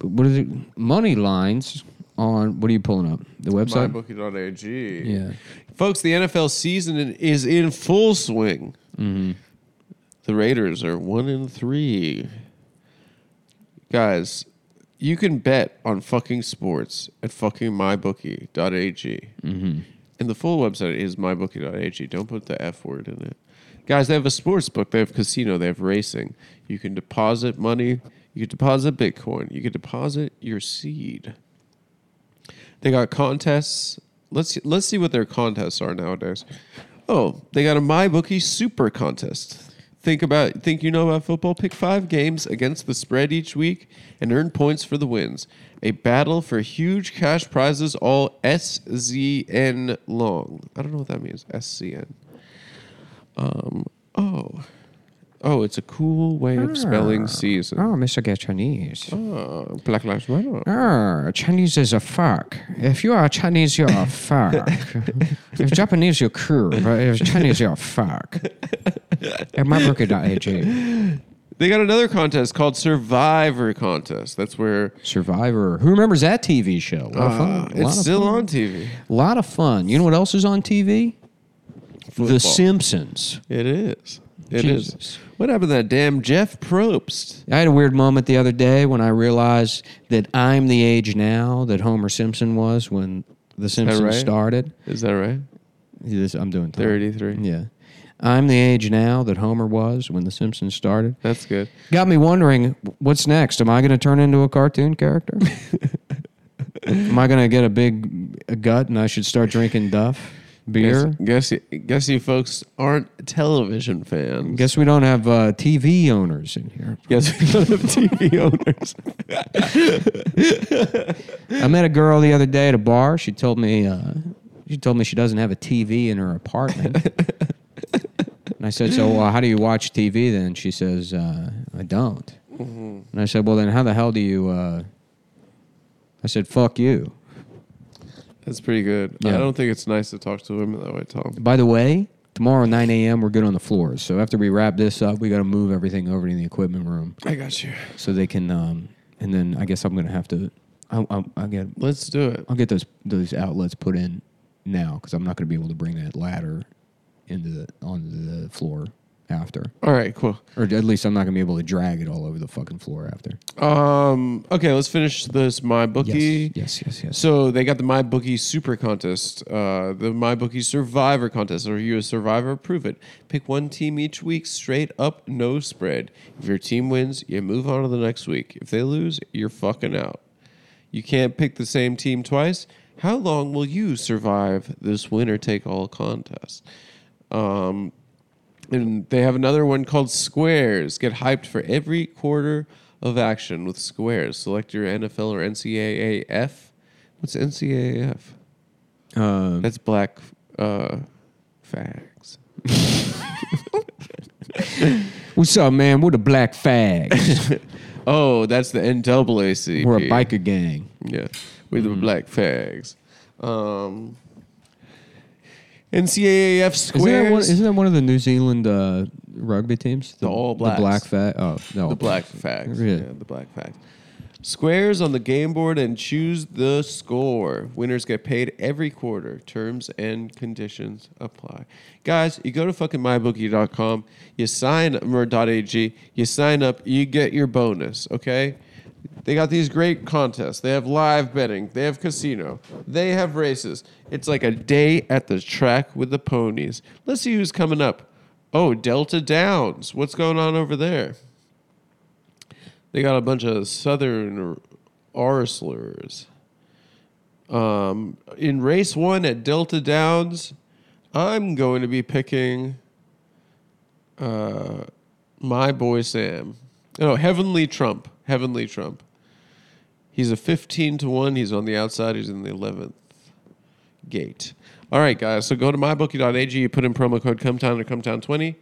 [SPEAKER 1] what is it, money lines on what are you pulling up? The
[SPEAKER 2] My
[SPEAKER 1] website?
[SPEAKER 2] bookie dot AG.
[SPEAKER 1] Yeah.
[SPEAKER 2] folks, the NFL season in- is in full swing. The Raiders are one in three. Guys, you can bet on fucking sports at fucking mybookie.ag. And the full website is mybookie.ag. Don't put the F word in it. Guys, they have a sports book, they have casino, they have racing. You can deposit money, you can deposit Bitcoin, you can deposit your seed. They got contests. Let's let's see what their contests are nowadays. Oh, they got a MyBookie Super contest. Think about think you know about football? Pick five games against the spread each week and earn points for the wins. A battle for huge cash prizes, all SZN long. I don't know what that means. SCN. Um. Oh. Oh, it's a cool way of spelling season.
[SPEAKER 1] Oh, Mr. Get Chinese.
[SPEAKER 2] Oh, Black Lives Matter.
[SPEAKER 1] Ah, Chinese is a fuck. If you are Chinese, you're a fuck. if Japanese, you're cool. But if Chinese, you're a fuck. At mybookie.ag.
[SPEAKER 2] They got another contest called Survivor Contest. That's where
[SPEAKER 1] Survivor. Who remembers that TV show? A lot of
[SPEAKER 2] uh,
[SPEAKER 1] fun. A lot
[SPEAKER 2] it's
[SPEAKER 1] of
[SPEAKER 2] still
[SPEAKER 1] fun.
[SPEAKER 2] on TV.
[SPEAKER 1] lot of fun. You know what else is on TV?
[SPEAKER 2] Football.
[SPEAKER 1] The Simpsons.
[SPEAKER 2] It is. It is.
[SPEAKER 1] Jesus.
[SPEAKER 2] What happened to that damn Jeff Probst?
[SPEAKER 1] I had a weird moment the other day when I realized that I'm the age now that Homer Simpson was when The Simpsons
[SPEAKER 2] right?
[SPEAKER 1] started.
[SPEAKER 2] Is that right?
[SPEAKER 1] This- I'm doing time.
[SPEAKER 2] 33.
[SPEAKER 1] Yeah. I'm the age now that Homer was when The Simpsons started.
[SPEAKER 2] That's good.
[SPEAKER 1] Got me wondering, what's next? Am I going to turn into a cartoon character? Am I going to get a big a gut and I should start drinking Duff beer? Guess,
[SPEAKER 2] Guess, guess you, guess you folks aren't television fans.
[SPEAKER 1] we don't have uh, TV owners in here.
[SPEAKER 2] guess we don't have TV owners.
[SPEAKER 1] I met a girl the other day at a bar. She told me uh, she told me she doesn't have a TV in her apartment. and I said, "So uh, how do you watch TV then?" She says, uh, "I don't." And I said, "Well then, how the hell do you?" Uh, I said, "Fuck you."
[SPEAKER 2] That's pretty good.
[SPEAKER 1] Yeah.
[SPEAKER 2] I don't think it's nice to talk to women that way, Tom.
[SPEAKER 1] By the way, tomorrow 9 a.m. we're good on the floors. So after we wrap this up, we got to move everything over to the equipment room
[SPEAKER 2] I got you.
[SPEAKER 1] so they can. Um, and then I guess I'm gonna have to. I, I, I get.
[SPEAKER 2] Let's do it.
[SPEAKER 1] I'll get those those outlets put in now because I'm not going to be able to bring that ladder into the onto the floor after,
[SPEAKER 2] All right, cool.
[SPEAKER 1] or at least I'm not going to be able to drag it all over the fucking floor after.
[SPEAKER 2] Um, okay, let's finish this my bookie.
[SPEAKER 1] Yes, yes, yes, yes.
[SPEAKER 2] So they got the My Bookie Super Contest, uh, the My Bookie Survivor Contest. Are you a survivor? Prove it. Pick one team each week, straight up, no spread. If your team wins, you move on to the next week. If they lose, you're fucking out. You can't pick the same team twice. How long will you survive this winner take all contest? Um, and they have another one called Squares. Get hyped for every quarter of action with Squares. Select your NFL or NCAA F. What's NCAA F?
[SPEAKER 1] Um,
[SPEAKER 2] That's black uh, fags.
[SPEAKER 1] what's up, man? We're the Black Fags.
[SPEAKER 2] Oh, that's the NAACP.
[SPEAKER 1] We're a Mm-hmm. biker gang.
[SPEAKER 2] Yeah, with the black fags. Um, NCAA
[SPEAKER 1] Isn't that, one,
[SPEAKER 2] F Squares.
[SPEAKER 1] isn't that one of the New Zealand uh, rugby teams?
[SPEAKER 2] The All
[SPEAKER 1] The Black
[SPEAKER 2] Blacks.
[SPEAKER 1] Fag. Oh no,
[SPEAKER 2] The black facts.
[SPEAKER 1] Yeah.
[SPEAKER 2] Yeah. the black facts. Squares on the game board and choose the score. Winners get paid every quarter. Terms and conditions apply. Guys, you go to fucking mybookie.com, you sign or .ag, you sign up, you get your bonus, okay? They got these great contests. They have live betting, they have casino, they have races. It's like a day at the track with the ponies. Let's see who's coming up. Oh, Delta Downs. What's going on over there? They got a bunch of southern wrestlers. Um, in race one at Delta Downs, I'm going to be picking uh, my boy Sam. No, Heavenly Trump. Heavenly Trump. He's a 15 to 1. He's on the outside. He's in the 11th gate. All right, guys. So go to mybookie.ag. You put in promo code COMETOWN or COMETOWN20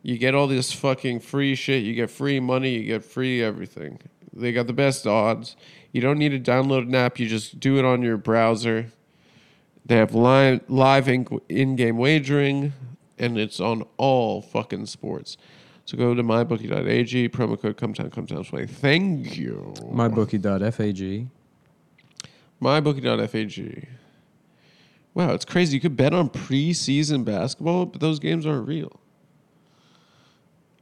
[SPEAKER 2] you get all this fucking free shit. You get free money. You get free everything. They got the best odds. You don't need to download an app. You just do it on your browser. They have live, live in- in-game wagering, and it's on all fucking sports. So go to mybookie.ag, promo code ComeTown, ComeTown20. Thank you.
[SPEAKER 1] Mybookie.fag.
[SPEAKER 2] Mybookie.fag. Wow, it's crazy. You could bet on preseason basketball, but those games aren't real.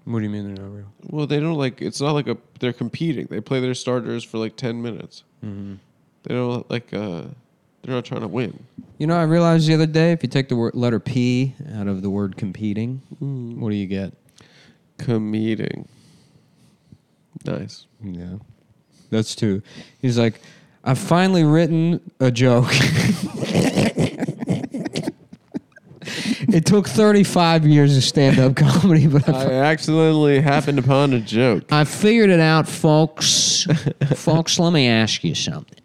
[SPEAKER 1] What do you mean they're not real?
[SPEAKER 2] Well, they don't like. It's not like a. They're competing. They play their starters for like ten minutes. They don't like. uh They're not trying to win.
[SPEAKER 1] You know, I realized the other day if you take the word, letter P out of the word competing,
[SPEAKER 2] Mm.
[SPEAKER 1] what do you get?
[SPEAKER 2] Competing. Nice.
[SPEAKER 1] Yeah, that's two. He's like, I've finally written a joke. it took 35 years of stand up comedy, but
[SPEAKER 2] I
[SPEAKER 1] I,
[SPEAKER 2] accidentally happened upon a joke.
[SPEAKER 1] I figured it out, folks. folks, let me ask you something.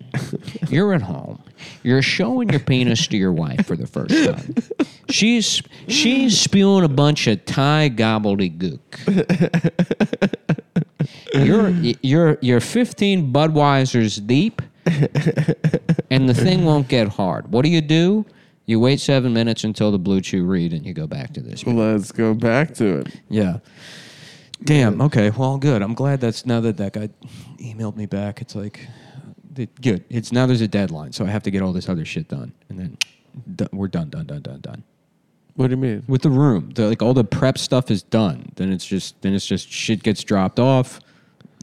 [SPEAKER 1] You're at home. You're showing your penis to your wife for the first time. She's she's spewing a bunch of Thai gobbledygook. you're you're you're 15 Budweisers deep, and the thing won't get hard. What do you do? You wait seven minutes until the blue chew read, and you go back to this.
[SPEAKER 2] Let's go back to it.
[SPEAKER 1] Yeah. Damn. Okay. Well, good. I'm glad that's now that that guy emailed me back. It's like, th- good. It's now there's a deadline, so I have to get all this other shit done, and then do- we're done, done, done, done, done
[SPEAKER 2] What do you mean?
[SPEAKER 1] with the room. The, like all the prep stuff is done. Then it's just then it's just shit gets dropped off,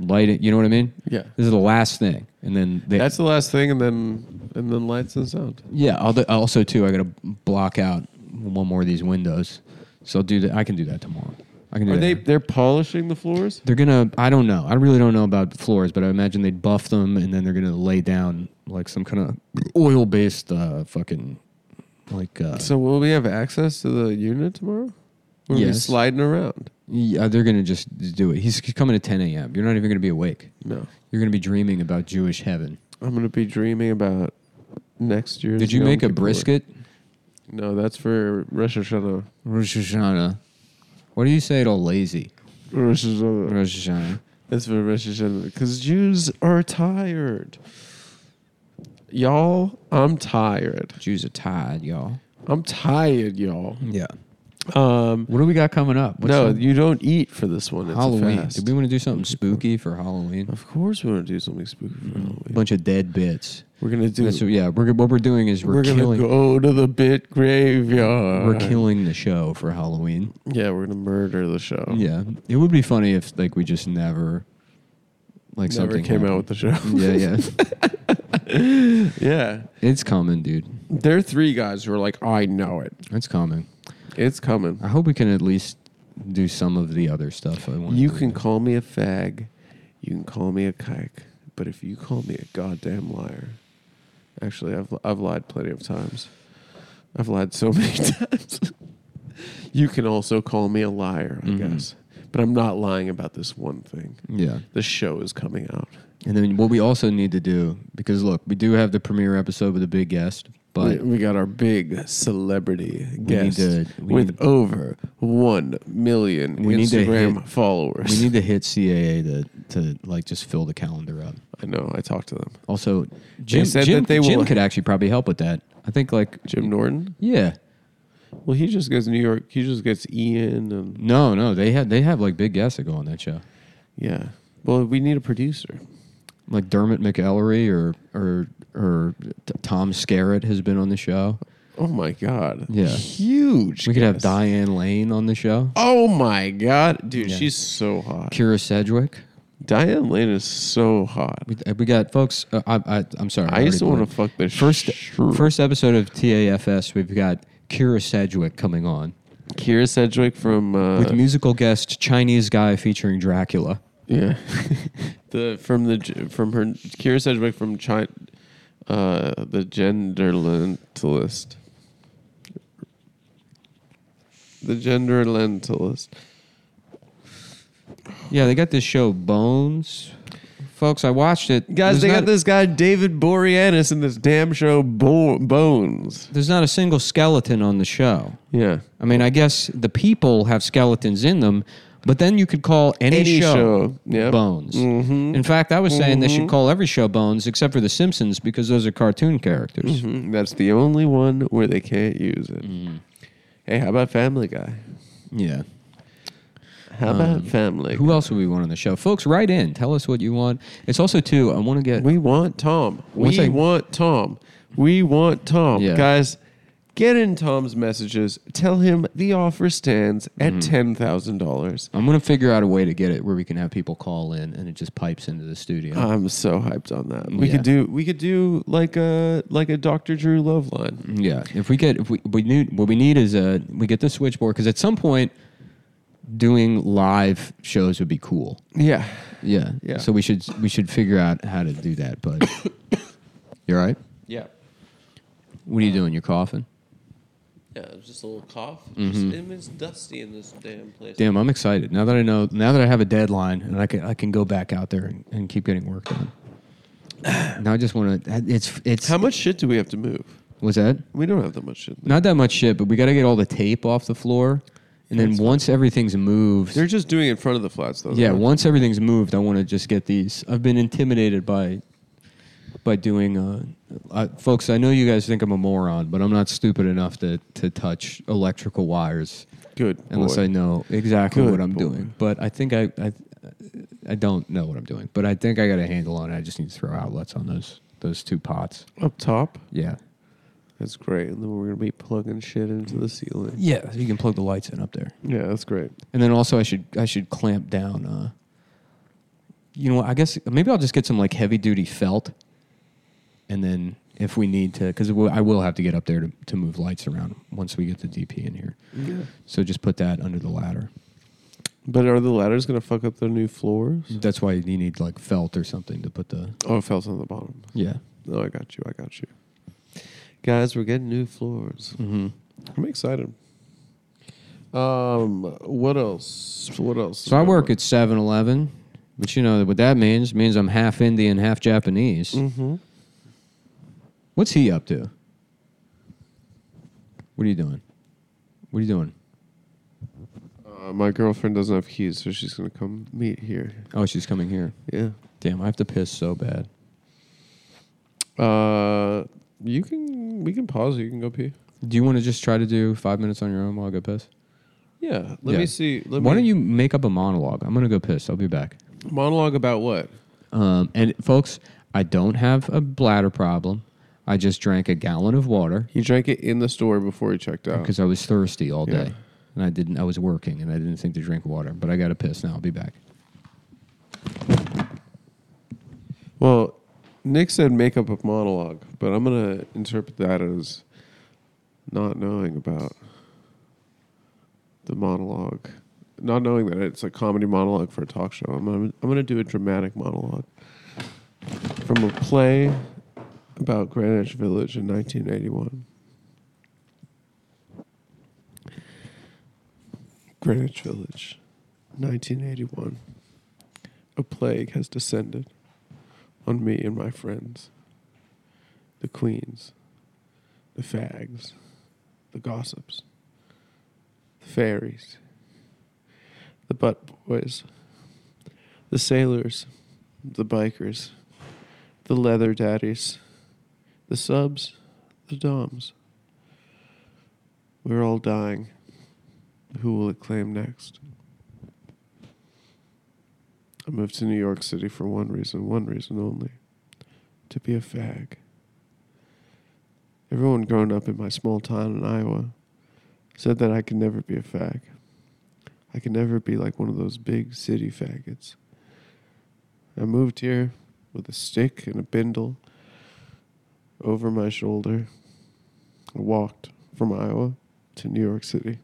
[SPEAKER 1] light it. You know what I mean?
[SPEAKER 2] Yeah.
[SPEAKER 1] This is the last thing, and then they,
[SPEAKER 2] That's the last thing, and then and then lights and sound.
[SPEAKER 1] yeah. I'll, also too, I got to block out one more of these windows. So I'll do that. I can do that tomorrow. I can do
[SPEAKER 2] Are
[SPEAKER 1] that.
[SPEAKER 2] they they're polishing the floors?
[SPEAKER 1] They're gonna. I don't know. I really don't know about floors, but I imagine they'd buff them and then they're gonna lay down like some kind of oil-based uh, fucking like. Uh,
[SPEAKER 2] So will we have access to the unit tomorrow? We're gonna be
[SPEAKER 1] Yes.
[SPEAKER 2] sliding around.
[SPEAKER 1] yeah, they're gonna just do it. He's coming at 10 a.m. You're not even gonna be awake.
[SPEAKER 2] No.
[SPEAKER 1] You're gonna be dreaming about Jewish heaven.
[SPEAKER 2] I'm gonna be dreaming about next year's.
[SPEAKER 1] Did you
[SPEAKER 2] Yom
[SPEAKER 1] make a
[SPEAKER 2] Kippur.
[SPEAKER 1] brisket,
[SPEAKER 2] No, that's for Rosh Hashanah.
[SPEAKER 1] Rosh Hashanah? What do you say? It all lazy,
[SPEAKER 2] Rosh Hashanah.
[SPEAKER 1] Rosh Hashanah.
[SPEAKER 2] That's for Rosh Hashanah. Because Jews are tired. Y'all, I'm tired.
[SPEAKER 1] Jews are tired, y'all.
[SPEAKER 2] I'm tired, y'all.
[SPEAKER 1] Yeah.
[SPEAKER 2] Um,
[SPEAKER 1] What do we got coming up? What's
[SPEAKER 2] no,
[SPEAKER 1] the-
[SPEAKER 2] you don't eat for this one. It's a
[SPEAKER 1] Halloween.
[SPEAKER 2] fast.
[SPEAKER 1] Did we want to do something spooky for Halloween?
[SPEAKER 2] of course, we want to do something spooky for Halloween.
[SPEAKER 1] A bunch of dead bits.
[SPEAKER 2] We're gonna do.
[SPEAKER 1] That's- yeah, we're, what we're doing is
[SPEAKER 2] we're,
[SPEAKER 1] we're,
[SPEAKER 2] gonna
[SPEAKER 1] killing.
[SPEAKER 2] go to the bit graveyard.
[SPEAKER 1] We're killing the show for Halloween.
[SPEAKER 2] Yeah, we're gonna murder the show.
[SPEAKER 1] Yeah, it would be funny if like we just never, like
[SPEAKER 2] Never
[SPEAKER 1] something
[SPEAKER 2] came out
[SPEAKER 1] happened.
[SPEAKER 2] with the show.
[SPEAKER 1] Yeah, yeah,
[SPEAKER 2] yeah.
[SPEAKER 1] it's coming, dude.
[SPEAKER 2] There are three guys who are like, I know it.
[SPEAKER 1] It's coming.
[SPEAKER 2] It's coming.
[SPEAKER 1] I hope we can at least do some of the other stuff. I want.
[SPEAKER 2] You can call me a fag. You can call me a kike. But if you call me a goddamn liar, actually, I've, I've lied plenty of times. I've lied so many times. you can also call me a liar, I
[SPEAKER 1] Mhm.
[SPEAKER 2] guess. But I'm not lying about this one thing.
[SPEAKER 1] Yeah,
[SPEAKER 2] The show is coming out.
[SPEAKER 1] and then what we also need to do because look, we do have the premiere episode with a big guest, but
[SPEAKER 2] we, we got our big celebrity guest
[SPEAKER 1] to- we
[SPEAKER 2] with
[SPEAKER 1] need-
[SPEAKER 2] over 1 million
[SPEAKER 1] We need to
[SPEAKER 2] Instagram
[SPEAKER 1] hit-
[SPEAKER 2] followers.
[SPEAKER 1] we need to hit CAA to to like just fill the calendar up.
[SPEAKER 2] I know. I talked to them.
[SPEAKER 1] Also, Jim
[SPEAKER 2] said
[SPEAKER 1] Jim,
[SPEAKER 2] that they
[SPEAKER 1] Jim
[SPEAKER 2] will-
[SPEAKER 1] could actually probably help with that. I think like
[SPEAKER 2] Jim Norton.
[SPEAKER 1] yeah.
[SPEAKER 2] Well, he just gets New York. He just gets Ian and
[SPEAKER 1] No, no, they had they have like big guests that go on that show,
[SPEAKER 2] yeah. Well, we need a producer.
[SPEAKER 1] like Dermot McElroy or or or t- Tom Skerritt has been on the show.
[SPEAKER 2] Oh my god.
[SPEAKER 1] Yeah.
[SPEAKER 2] Huge.
[SPEAKER 1] We could have
[SPEAKER 2] guest.
[SPEAKER 1] Diane Lane on the show,
[SPEAKER 2] Oh my god, dude,
[SPEAKER 1] Yeah.
[SPEAKER 2] she's so hot.
[SPEAKER 1] Kira Sedgwick.
[SPEAKER 2] Diane Lane is so hot.
[SPEAKER 1] We, uh, we got folks. Uh, I, I I'm sorry.
[SPEAKER 2] I used to want
[SPEAKER 1] already
[SPEAKER 2] to fuck this
[SPEAKER 1] First-
[SPEAKER 2] shrew.
[SPEAKER 1] played. first episode of TAFS. We've got Kira Sedgwick coming on
[SPEAKER 2] Kira Sedgwick from uh,
[SPEAKER 1] with musical guest Chinese guy featuring Dracula.
[SPEAKER 2] yeah, the from the g- from her Kira Sedgwick from China, uh, the genderlentalist. The genderlentalist.
[SPEAKER 1] Yeah, they got this show Bones. Folks, I watched it.
[SPEAKER 2] Guys,
[SPEAKER 1] There's
[SPEAKER 2] they
[SPEAKER 1] not-
[SPEAKER 2] got this guy David Boreanaz in this damn show Bo- Bones.
[SPEAKER 1] There's not a single skeleton on the show.
[SPEAKER 2] Yeah.
[SPEAKER 1] I mean, I guess the people have skeletons in them, but then you could call any,
[SPEAKER 2] Any
[SPEAKER 1] show,
[SPEAKER 2] show, yep. Mm-hmm.
[SPEAKER 1] bones.
[SPEAKER 2] Mhm.
[SPEAKER 1] In fact, I was saying they should call every show bones except for The Simpsons because those are cartoon characters.
[SPEAKER 2] Mhm. That's the only one where they can't use it. Hey, how about Family Guy? Mm-hmm.
[SPEAKER 1] Yeah.
[SPEAKER 2] How about Family?
[SPEAKER 1] Who else would we want on the show? Folks, write in. Tell us what you want. It's also, too, I want to get.
[SPEAKER 2] we want Tom.
[SPEAKER 1] Once
[SPEAKER 2] we
[SPEAKER 1] I-
[SPEAKER 2] want Tom. We want Tom.
[SPEAKER 1] Yeah.
[SPEAKER 2] Guys, get in Tom's messages. Tell him the offer stands at
[SPEAKER 1] Mm-hmm.
[SPEAKER 2] $10,000.
[SPEAKER 1] I'm going to figure out a way to get it where we can have people call in and it just pipes into the studio.
[SPEAKER 2] I'm so hyped on that. We
[SPEAKER 1] Yeah.
[SPEAKER 2] could do we could do like a like a Dr. Drew Love line.
[SPEAKER 1] Yeah, if we get if we we need what we need is a we get the switchboard because at some point doing live shows would be cool.
[SPEAKER 2] Yeah.
[SPEAKER 1] Yeah,
[SPEAKER 2] Yeah.
[SPEAKER 1] So we should we should figure out how to do that. But you all right?
[SPEAKER 2] Yeah.
[SPEAKER 1] What are you doing? You're coughing.
[SPEAKER 2] Yeah, it was just a little cough. Just, it's dusty in this damn place.
[SPEAKER 1] Mm-hmm. Damn, I'm excited now that I know now that I have a deadline and I can I can go back out there and, and keep getting work done. now I just want to. It's it's
[SPEAKER 2] How much shit do we have to move?
[SPEAKER 1] was that
[SPEAKER 2] We don't have that much shit.
[SPEAKER 1] not that much shit, but we got to get all the tape off the floor, and then
[SPEAKER 2] That's
[SPEAKER 1] once everything's moved,
[SPEAKER 2] They're just doing it in front of the flats, though.
[SPEAKER 1] Yeah,
[SPEAKER 2] They're-
[SPEAKER 1] once everything's moved, I want to just get these. I've been intimidated by by doing uh, uh folks, I know you guys think I'm a moron, but I'm not stupid enough to to touch electrical wires
[SPEAKER 2] Good.
[SPEAKER 1] unless
[SPEAKER 2] boy.
[SPEAKER 1] I know exactly
[SPEAKER 2] Good
[SPEAKER 1] what I'm
[SPEAKER 2] boy.
[SPEAKER 1] doing. But I think I, I I don't know what I'm doing, but I think I got a handle on it. I just need to throw outlets on those those two pots.
[SPEAKER 2] Up top.
[SPEAKER 1] Yeah.
[SPEAKER 2] That's great. And then we're going to be plugging shit into the ceiling.
[SPEAKER 1] Yeah, you can plug the lights in up there.
[SPEAKER 2] Yeah, that's great.
[SPEAKER 1] And then also I should I should clamp down uh you know, what, I guess maybe I'll just get some like heavy duty felt and then if we need to, because I will have to get up there to, to move lights around once we get the DP in here. So just put that under the ladder.
[SPEAKER 2] But are the ladders gonna fuck up the new floors?
[SPEAKER 1] That's why you need like felt or something to put the
[SPEAKER 2] Oh, it fell on the bottom.
[SPEAKER 1] yeah.
[SPEAKER 2] No, I got you. I got you. Guys, we're getting new floors.
[SPEAKER 1] Mm-hmm.
[SPEAKER 2] I'm excited. Um, what else? What else?
[SPEAKER 1] So I work at 7-Eleven, which you know what that means means I'm half Indian, half Japanese.
[SPEAKER 2] Mm-hmm.
[SPEAKER 1] What's he up to? What are you doing? What are you doing?
[SPEAKER 2] Uh, my girlfriend doesn't have keys, so she's gonna come meet here.
[SPEAKER 1] Oh, she's coming here.
[SPEAKER 2] Yeah.
[SPEAKER 1] Damn, I have to piss so bad.
[SPEAKER 2] Uh, you can. We can pause. it. You can go pee.
[SPEAKER 1] Do you want to just try to do five minutes on your own while I go piss?
[SPEAKER 2] Yeah. Let
[SPEAKER 1] Yeah.
[SPEAKER 2] me see. Let
[SPEAKER 1] Why
[SPEAKER 2] me,
[SPEAKER 1] don't you make up a monologue? I'm gonna go piss. I'll be back.
[SPEAKER 2] monologue about what?
[SPEAKER 1] Um, and folks, I don't have a bladder problem. I just drank a gallon of water
[SPEAKER 2] He drank it in the store before he checked out.
[SPEAKER 1] because I was thirsty all
[SPEAKER 2] Yeah.
[SPEAKER 1] day, and I didn't. I was working, and I didn't think to drink water. But I got to piss now. I'll be back.
[SPEAKER 2] Well, Nick said make up a monologue, but I'm gonna interpret that as not knowing about the monologue, not knowing that it's a comedy monologue for a talk show. I'm gonna, I'm gonna do a dramatic monologue from a play about Greenwich Village in 1981. Greenwich Village, 1981. A plague has descended on me and my friends. The queens, the fags, the gossips, the fairies, the butt boys, the sailors, the bikers, the leather daddies, the subs, the doms. We're all dying. Who will it claim next? I moved to New York City for one reason, one reason only to be a fag. Everyone growing up in my small town in Iowa said that I could never be a fag. I could never be like one of those big city faggots. I moved here with a stick and a bindle over my shoulder. I walked from Iowa to New York City.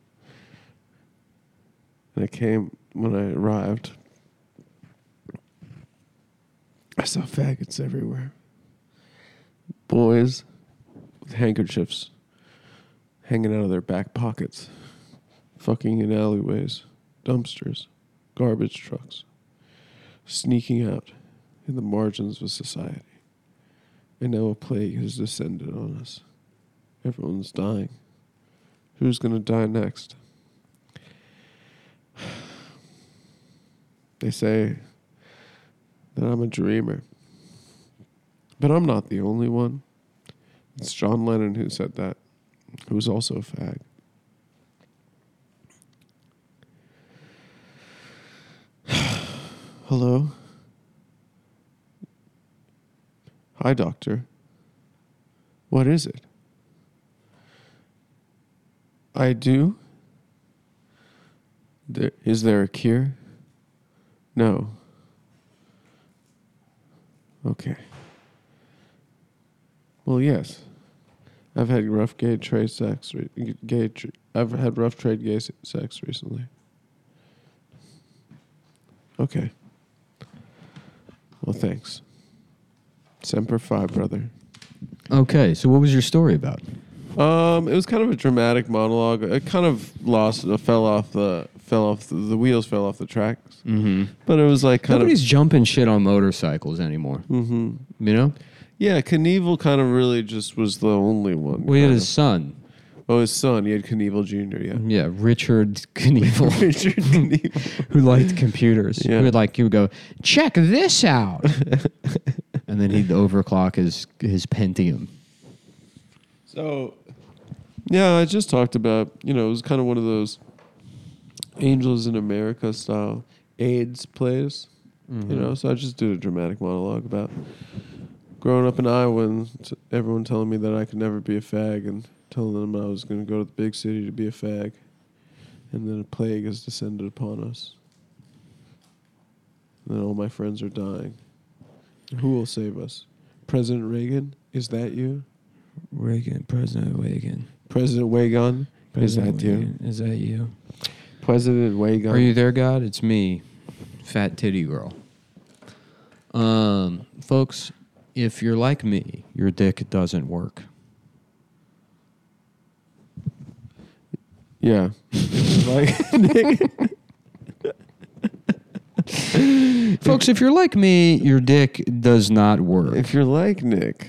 [SPEAKER 2] And I came, when I arrived, I saw faggots everywhere. Boys with handkerchiefs hanging out of their back pockets, fucking in alleyways, dumpsters, garbage trucks, sneaking out in the margins of society. And now a plague has descended on us. Everyone's dying. Who's going to die next? They say that I'm a dreamer. But I'm not the only one. It's John Lennon who said that, who was also a fag. Hello? Hi, doctor. What is it? I do? There, is there a cure? No. Okay. Well, yes. I've had rough gay trade sex. Re- gay tr- I've had rough trade gay se- sex recently. Okay. Well, thanks. Semper Fi, brother.
[SPEAKER 1] Okay, so what was your story about?
[SPEAKER 2] Um, it was kind of a dramatic monologue. It kind of lost, it fell off the, fell off the, the wheels, fell off the tracks.
[SPEAKER 1] Mm-hmm.
[SPEAKER 2] But it was like kind
[SPEAKER 1] Nobody's jumping shit on motorcycles anymore.
[SPEAKER 2] of. Mm-hmm.
[SPEAKER 1] You know,
[SPEAKER 2] Yeah, Knievel kind of really just was the only one.
[SPEAKER 1] we had
[SPEAKER 2] kind
[SPEAKER 1] his son.
[SPEAKER 2] of. oh, his son. He had Knievel Jr., yeah.
[SPEAKER 1] Yeah, Richard Knievel,
[SPEAKER 2] Richard Knievel.
[SPEAKER 1] who liked computers.
[SPEAKER 2] Yeah.
[SPEAKER 1] He would like he would go check this out, and then he'd overclock his his Pentium.
[SPEAKER 2] So, yeah, I just talked about, you know, it was kind of one of those Angels in America style AIDS plays,
[SPEAKER 1] Mm-hmm.
[SPEAKER 2] you know. So I just did a dramatic monologue about growing up in Iowa and t- everyone telling me that I could never be a fag and telling them I was going to go to the big city to be a fag. And then a plague has descended upon us. And then all my friends are dying. Who will save us? President Reagan, is that you?
[SPEAKER 1] Reagan, President Reagan.
[SPEAKER 2] President Wagon, is that you?
[SPEAKER 1] Is that you?
[SPEAKER 2] President Wagon.
[SPEAKER 1] Are you there, God? It's me, Fat Titty Girl. Um, folks, if you're like me, your dick doesn't work.
[SPEAKER 2] Yeah. like, Nick,
[SPEAKER 1] Folks, if you're like me, your dick does not work.
[SPEAKER 2] if you're like Nick,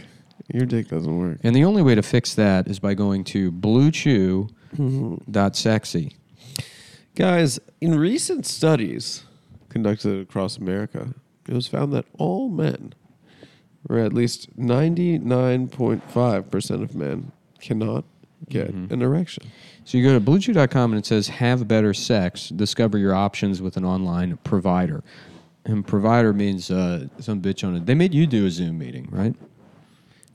[SPEAKER 2] your dick doesn't work.
[SPEAKER 1] and the only way to fix that is by going to bluechew.sexy.
[SPEAKER 2] Guys, in recent studies conducted across America, it was found that all men, or at least 99.5% of men, cannot get
[SPEAKER 1] Mm-hmm.
[SPEAKER 2] an erection.
[SPEAKER 1] So you go to bluechew.com and it says have better sex, discover your options with an online provider. And provider means uh, some bitch on it. They made you do a Zoom meeting, right?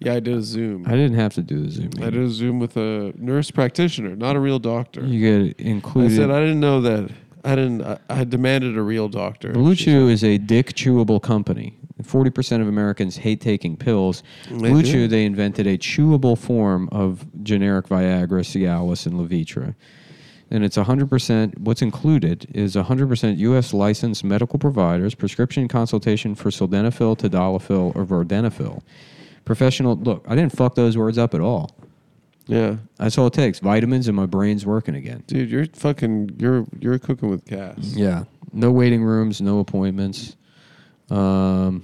[SPEAKER 2] Yeah, I did a Zoom.
[SPEAKER 1] I didn't have to do the Zoom meeting.
[SPEAKER 2] I did a Zoom with a nurse practitioner, not a real doctor.
[SPEAKER 1] You get
[SPEAKER 2] I
[SPEAKER 1] included.
[SPEAKER 2] said I didn't know that. I didn't. I, I demanded a real doctor.
[SPEAKER 1] Blue
[SPEAKER 2] She
[SPEAKER 1] Chew is a dick chewable company. 40% of Americans hate taking pills.
[SPEAKER 2] Mm, They
[SPEAKER 1] Blue
[SPEAKER 2] do.
[SPEAKER 1] Chew, they invented a chewable form of generic Viagra, Cialis, and Levitra. And it's 100%, what's included is 100% U.S. licensed medical providers, prescription consultation for sildenafil, tadalafil, or vardenafil. Professional, look, I didn't fuck those words up at all.
[SPEAKER 2] said- Yeah,
[SPEAKER 1] That's all it takes. Vitamins and my brain's working again.
[SPEAKER 2] dude, you're fucking. You're you're cooking with gas.
[SPEAKER 1] Yeah. No waiting rooms, no appointments. Um,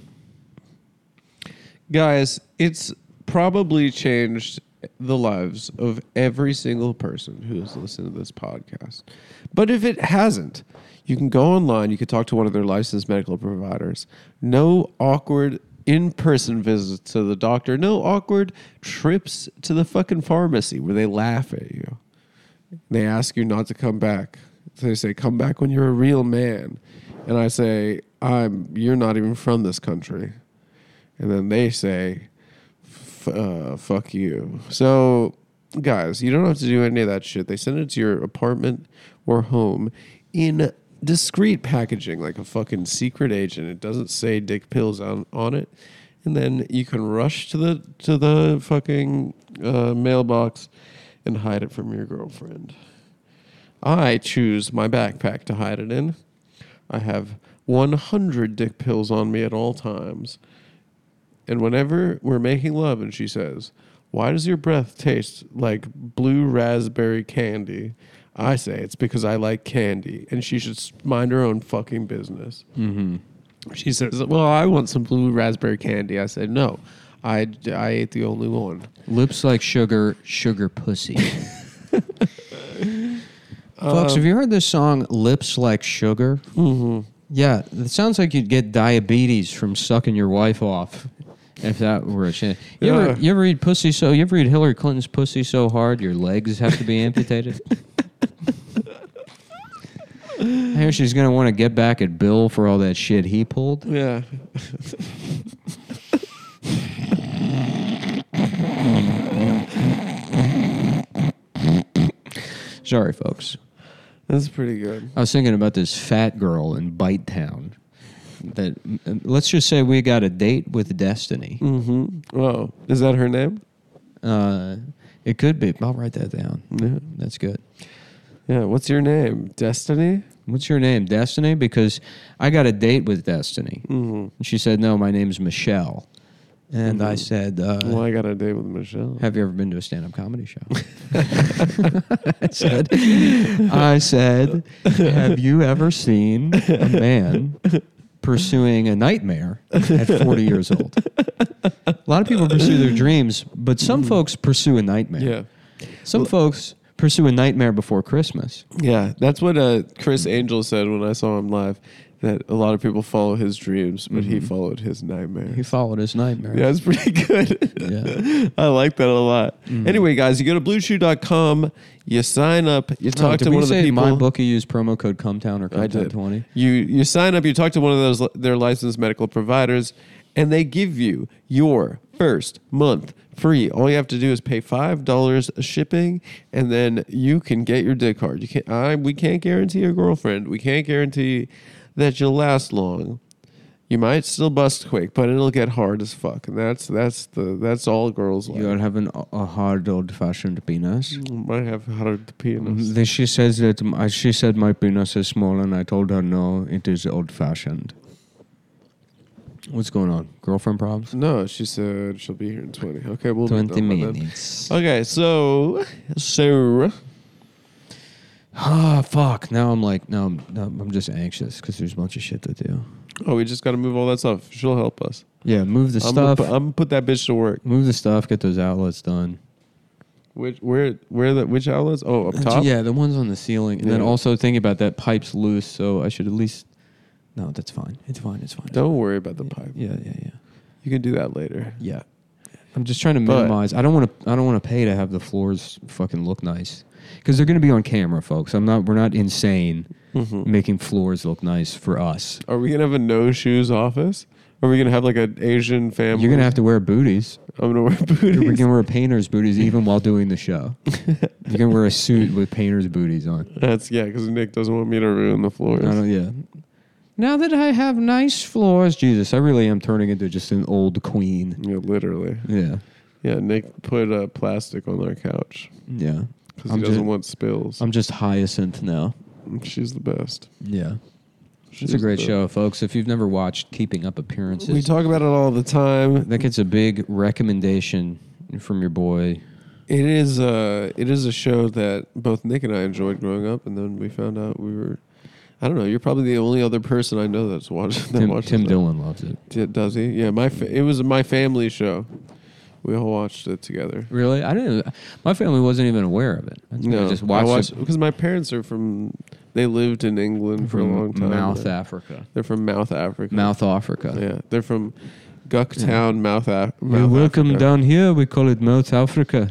[SPEAKER 2] Guys, it's probably changed the lives of every single person who has listened to this podcast. But if it hasn't, you can go online, you can talk to one of their licensed medical providers. No awkward in person visits to the doctor, no awkward trips to the fucking pharmacy where they laugh at you. They ask you not to come back. They say, "Come back when you're a real man," and I say, "I'm. You're not even from this country." And then they say, F- uh, "Fuck you." So, guys, you don't have to do any of that shit. They send it to your apartment or home in discreet packaging, like a fucking secret agent. It doesn't say "dick pills" on on it. And then you can rush to the to the fucking uh, mailbox and hide it from your girlfriend. I choose my backpack to hide it in. I have 100 dick pills on me at all times. And whenever we're making love and she says, Why does your breath taste like blue raspberry candy? I say, It's because I like candy and she should s- mind her own fucking business. She says, Well, I want some blue raspberry candy. I say, No, I, I ate the only one.
[SPEAKER 1] Lips like sugar, sugar pussy. Folks, have you heard this song, Lips Like Sugar? Mm-hmm. Yeah, it sounds like you'd get diabetes from sucking your wife off if that were a chance. You,
[SPEAKER 2] Yeah.
[SPEAKER 1] ever, you ever read Pussy So, you ever read Hillary Clinton's Pussy So Hard, your legs have to be amputated? I hear she's going to want to get back at Bill for all that shit he pulled.
[SPEAKER 2] Yeah.
[SPEAKER 1] Sorry, folks.
[SPEAKER 2] That's pretty good.
[SPEAKER 1] I was thinking about this fat girl in Bite Town. That let's just say we got a date with destiny.
[SPEAKER 2] Mm-hmm. Wow. Is that her name?
[SPEAKER 1] Uh, it could be. I'll write that down.
[SPEAKER 2] Yeah.
[SPEAKER 1] That's good.
[SPEAKER 2] Yeah. What's your name? Destiny?
[SPEAKER 1] What's your name, Destiny? Because I got a date with Destiny.
[SPEAKER 2] Mm.
[SPEAKER 1] Mm-hmm. And she said, "No, my name's Michelle." And I said, uh,
[SPEAKER 2] Well, I got a date with Michelle.
[SPEAKER 1] "Have you ever been to a stand-up comedy show?" I said, "I said, have you ever seen a man pursuing a nightmare at 40 years old?" A lot of people pursue their dreams, but some folks pursue a nightmare.
[SPEAKER 2] Mm-hmm. Yeah.
[SPEAKER 1] Some folks pursue a nightmare before Christmas.
[SPEAKER 2] Yeah. That's what uh, Chris Angel said when I saw him live that a lot of people follow his dreams, but
[SPEAKER 1] Mm-hmm.
[SPEAKER 2] he followed his nightmare.
[SPEAKER 1] He followed his nightmare.
[SPEAKER 2] Yeah, it's pretty good.
[SPEAKER 1] Yeah.
[SPEAKER 2] I like that a lot.
[SPEAKER 1] Mm-hmm.
[SPEAKER 2] Anyway, guys, you go to bluechew.com, you sign up, you
[SPEAKER 1] Oh,
[SPEAKER 2] talk
[SPEAKER 1] did
[SPEAKER 2] to
[SPEAKER 1] we
[SPEAKER 2] one of the
[SPEAKER 1] say
[SPEAKER 2] people.
[SPEAKER 1] my bookie used promo code Cumtown or
[SPEAKER 2] I did.
[SPEAKER 1] Cumtown20?
[SPEAKER 2] You you sign up, you talk to one of those their licensed medical providers, and they give you your first month free. All you have to do is pay five dollars shipping, and then you can get your dick hard. You can't. I we can't guarantee your girlfriend. We can't guarantee that you'll last long. You might still bust quick, but it'll get hard as fuck, and that's that's the that's all girls like.
[SPEAKER 1] You're having a- a hard old fashioned penis.
[SPEAKER 2] Might have hard penis.
[SPEAKER 1] Mm, Then she says that m- uh, she said my penis is small, and I told her no, it is old fashioned. What's going on? Girlfriend problems?
[SPEAKER 2] No, she said she'll be here in twenty. Okay, we'll be
[SPEAKER 1] Mm-hmm. Twenty
[SPEAKER 2] done by then.
[SPEAKER 1] minutes.
[SPEAKER 2] Okay, so so
[SPEAKER 1] Ah, fuck. Now I'm like, no, I'm, no, I'm just anxious because there's a bunch of shit to do.
[SPEAKER 2] oh, we just got to move all that stuff. She'll help us.
[SPEAKER 1] Yeah, move the
[SPEAKER 2] I'm gonna
[SPEAKER 1] stuff.
[SPEAKER 2] pu- I'm gonna put that bitch to work.
[SPEAKER 1] move the stuff. Get those outlets done.
[SPEAKER 2] Which where where the which outlets? Oh, up top.
[SPEAKER 1] Uh, Yeah, the ones on the ceiling. And then
[SPEAKER 2] Yeah.
[SPEAKER 1] also think about that pipe's loose, so I should at least. No, that's fine. It's fine. It's fine. it's
[SPEAKER 2] Don't worry about the
[SPEAKER 1] fine.
[SPEAKER 2] pipe.
[SPEAKER 1] Yeah, yeah, yeah.
[SPEAKER 2] You can do that later.
[SPEAKER 1] Yeah. I'm just trying to
[SPEAKER 2] But-
[SPEAKER 1] minimize. I don't want to. I don't want to pay to have the floors fucking look nice, because they're going to be on camera, folks. I'm not. We're not insane making floors look nice for us.
[SPEAKER 2] Mm-hmm. Are we gonna have a no shoes office? Are we gonna have like an Asian family?
[SPEAKER 1] You're going to have to wear booties.
[SPEAKER 2] I'm gonna wear
[SPEAKER 1] You're going
[SPEAKER 2] booties.
[SPEAKER 1] to wear painter's booties even while doing the show. You're going to wear a suit with painter's booties on.
[SPEAKER 2] That's yeah, because Nick doesn't want me to ruin the floors.
[SPEAKER 1] I don't, yeah. Now that I have nice floors, Jesus, I really am turning into just an old queen.
[SPEAKER 2] Yeah, literally.
[SPEAKER 1] Yeah,
[SPEAKER 2] Yeah, Nick put uh, plastic on our couch
[SPEAKER 1] yeah.
[SPEAKER 2] because he
[SPEAKER 1] I'm
[SPEAKER 2] doesn't
[SPEAKER 1] just,
[SPEAKER 2] want spills.
[SPEAKER 1] I'm just hyacinth now.
[SPEAKER 2] She's the best.
[SPEAKER 1] Yeah.
[SPEAKER 2] She's
[SPEAKER 1] It's a great
[SPEAKER 2] the-
[SPEAKER 1] show, folks. If you've never watched Keeping Up Appearances,
[SPEAKER 2] We talk about it all the
[SPEAKER 1] I
[SPEAKER 2] time.
[SPEAKER 1] think it's a big recommendation from your boy.
[SPEAKER 2] It is uh it is a show that both Nick and I enjoyed growing up, and then we found out we were. I don't know. You're probably the only other person I know that's watched that
[SPEAKER 1] Tim,
[SPEAKER 2] watches
[SPEAKER 1] Tim
[SPEAKER 2] that.
[SPEAKER 1] Dillon loves it.
[SPEAKER 2] Yeah, does he? Yeah, my fa- it was my family show. We all watched it together.
[SPEAKER 1] Really? I didn't. My family wasn't even aware of it. That's why I just watched, it
[SPEAKER 2] because my parents are from. They lived in England for a
[SPEAKER 1] from
[SPEAKER 2] long time.
[SPEAKER 1] Mouth Africa.
[SPEAKER 2] They're from Mouth Africa.
[SPEAKER 1] Mouth Africa.
[SPEAKER 2] Yeah, they're from Gucktown, Mouth, Af-
[SPEAKER 1] You're
[SPEAKER 2] Mouth
[SPEAKER 1] welcome
[SPEAKER 2] Africa.
[SPEAKER 1] down here. We call it Mouth Africa